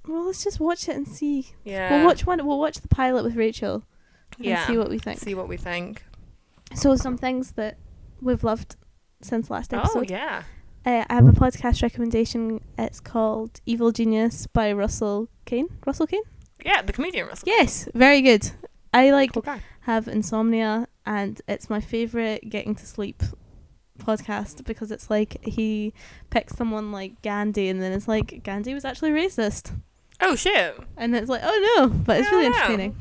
Speaker 2: Well, let's just watch it and see.
Speaker 1: Yeah.
Speaker 2: We'll watch one. We'll watch the pilot with Rachel and
Speaker 1: yeah.
Speaker 2: see what we think.
Speaker 1: see what we think.
Speaker 2: So, some things that we've loved since last
Speaker 1: Oh
Speaker 2: episode.
Speaker 1: yeah.
Speaker 2: uh, I have a podcast recommendation. It's called Evil Genius by Russell Kane. Russell Kane.
Speaker 1: Yeah, the comedian Russell.
Speaker 2: Yes, very good. I like
Speaker 1: Cool guy.
Speaker 2: have insomnia and it's my favorite getting to sleep podcast because it's like he picks someone like Gandhi and then it's like Gandhi was actually racist
Speaker 1: Oh shit.
Speaker 2: and it's like oh no but it's
Speaker 1: Yeah,
Speaker 2: really
Speaker 1: I know.
Speaker 2: entertaining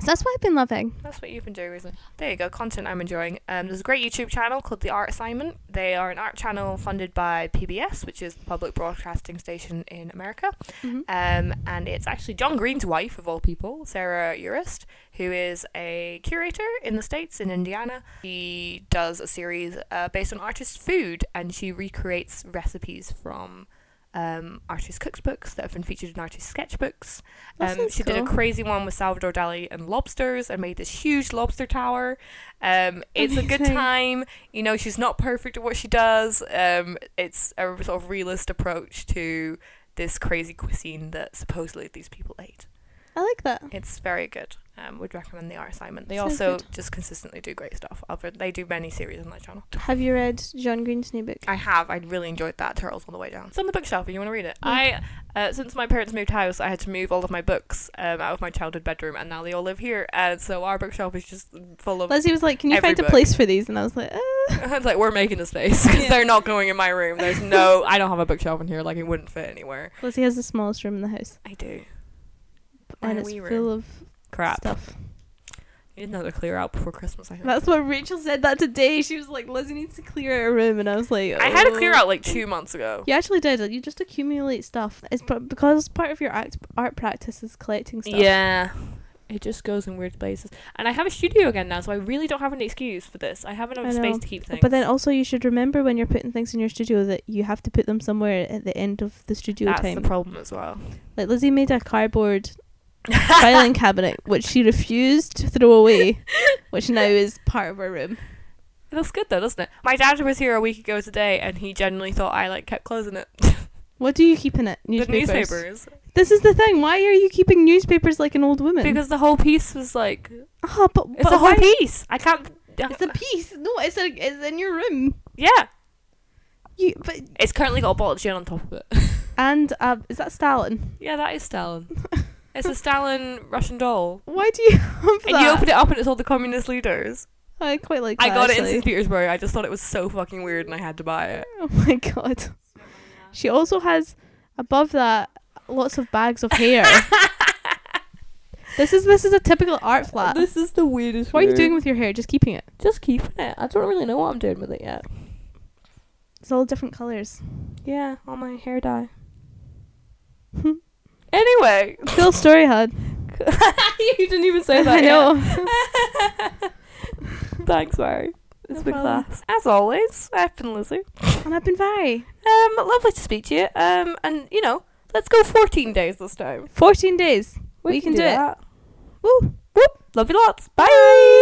Speaker 2: so that's what I've been loving
Speaker 1: That's what you've been doing recently. There you go, content I'm enjoying. Um, there's a great YouTube channel called The Art Assignment. They are an art channel funded by PBS, which is the public broadcasting station in America.
Speaker 2: Mhm.
Speaker 1: Um, and it's actually John Green's wife, of all people, Sarah Urist, who is a curator in the States, in Indiana. She does a series uh, based on artist food, and she recreates recipes from um, artist cookbooks that have been featured in artist sketchbooks.
Speaker 2: That
Speaker 1: Um,
Speaker 2: sounds
Speaker 1: she did a
Speaker 2: cool.
Speaker 1: crazy one with Salvador Dali and lobsters and made this huge lobster tower. Um, it's a good
Speaker 2: Amazing.
Speaker 1: time. You know, she's not perfect at what she does. Um, it's a sort of realist approach to this crazy cuisine that supposedly these people ate.
Speaker 2: I like that
Speaker 1: It's very good. Um, would recommend the art assignment. They
Speaker 2: Sounds
Speaker 1: also
Speaker 2: good.
Speaker 1: just consistently do great stuff. Other, they do many series on that channel.
Speaker 2: have you read John Green's new book
Speaker 1: I have. I really enjoyed that Turtles on the Way Down. It's on the bookshelf. If you want to read it,
Speaker 2: Yeah.
Speaker 1: I uh, since my parents moved house, I had to move all of my books um, out of my childhood bedroom, and now they all live here. And so our bookshelf is just full of.
Speaker 2: Leslie was like can you
Speaker 1: every
Speaker 2: find
Speaker 1: book.
Speaker 2: a place for these and I was like uh.
Speaker 1: it's like we're making a space 'cause
Speaker 2: Yeah.
Speaker 1: they're not going in my room. There's no. I don't have a bookshelf in here. Like it wouldn't fit anywhere.
Speaker 2: Leslie has the smallest room in the house
Speaker 1: I do. Mine
Speaker 2: and
Speaker 1: a
Speaker 2: it's
Speaker 1: wee
Speaker 2: full of
Speaker 1: Crap.
Speaker 2: stuff
Speaker 1: You didn't have to clear out before Christmas. I think.
Speaker 2: That's what Rachel said that today. She was like, Leslie needs to clear out her room. And I was like,
Speaker 1: I had to
Speaker 2: "Oh."
Speaker 1: clear out like two months ago.
Speaker 2: You actually did. like, You just accumulate stuff. It's pro- because part of your act- art practice is collecting stuff.
Speaker 1: Yeah. It just goes in weird places. And I have a studio again now, so I really don't have an excuse for this. I have enough
Speaker 2: I
Speaker 1: space
Speaker 2: know.
Speaker 1: to keep things.
Speaker 2: But then also, you should remember when you're putting things in your studio that you have to put them somewhere at the end of the studio
Speaker 1: that's
Speaker 2: time.
Speaker 1: the problem as well.
Speaker 2: like Lizzie made a cardboard filing cabinet, which she refused to throw away, which now is part of her room.
Speaker 1: It looks good though, doesn't it? My dad was here a week ago today, and he genuinely thought I like kept closing it.
Speaker 2: What do you keep in it?
Speaker 1: the
Speaker 2: Newspapers.
Speaker 1: newspapers,
Speaker 2: This is the thing. Why are you keeping newspapers like an old woman?
Speaker 1: because the whole piece was like
Speaker 2: Ah, but,
Speaker 1: it's
Speaker 2: but
Speaker 1: a whole
Speaker 2: why-
Speaker 1: piece. I can't.
Speaker 2: It's a piece. No, it's a, it's in your room.
Speaker 1: yeah,
Speaker 2: You but
Speaker 1: it's currently got a bottle of gin on top of it.
Speaker 2: and uh, is that Stalin?
Speaker 1: yeah, that is Stalin. it's a Stalin Russian doll,
Speaker 2: Why do you have that?
Speaker 1: and you open it up, and it's all the communist leaders.
Speaker 2: I quite like.
Speaker 1: I
Speaker 2: that,
Speaker 1: got it in
Speaker 2: actually.
Speaker 1: St. Petersburg. I just thought it was so fucking weird, and I had to buy it.
Speaker 2: Oh my god. She also has above that lots of bags of hair. this is this is a typical art flat.
Speaker 1: This is the weirdest.
Speaker 2: what are you doing with your hair? Just keeping it.
Speaker 1: Just keeping it. I don't really know what I'm doing with it yet.
Speaker 2: It's all different colors.
Speaker 1: Yeah, all my hair dye.
Speaker 2: Hmm.
Speaker 1: Anyway,
Speaker 2: Cool story, Hud.
Speaker 1: you didn't even say that.
Speaker 2: I know.
Speaker 1: Yet. Thanks, Mary. It's
Speaker 2: No
Speaker 1: been
Speaker 2: problem.
Speaker 1: class. As always, I've been Lizzie.
Speaker 2: and I've been very
Speaker 1: Um, lovely to speak to you. Um, and you know, let's go 14 days this time.
Speaker 2: fourteen days. We can do it.
Speaker 1: that.
Speaker 2: Woo.
Speaker 1: Whoop! Love you lots. Bye.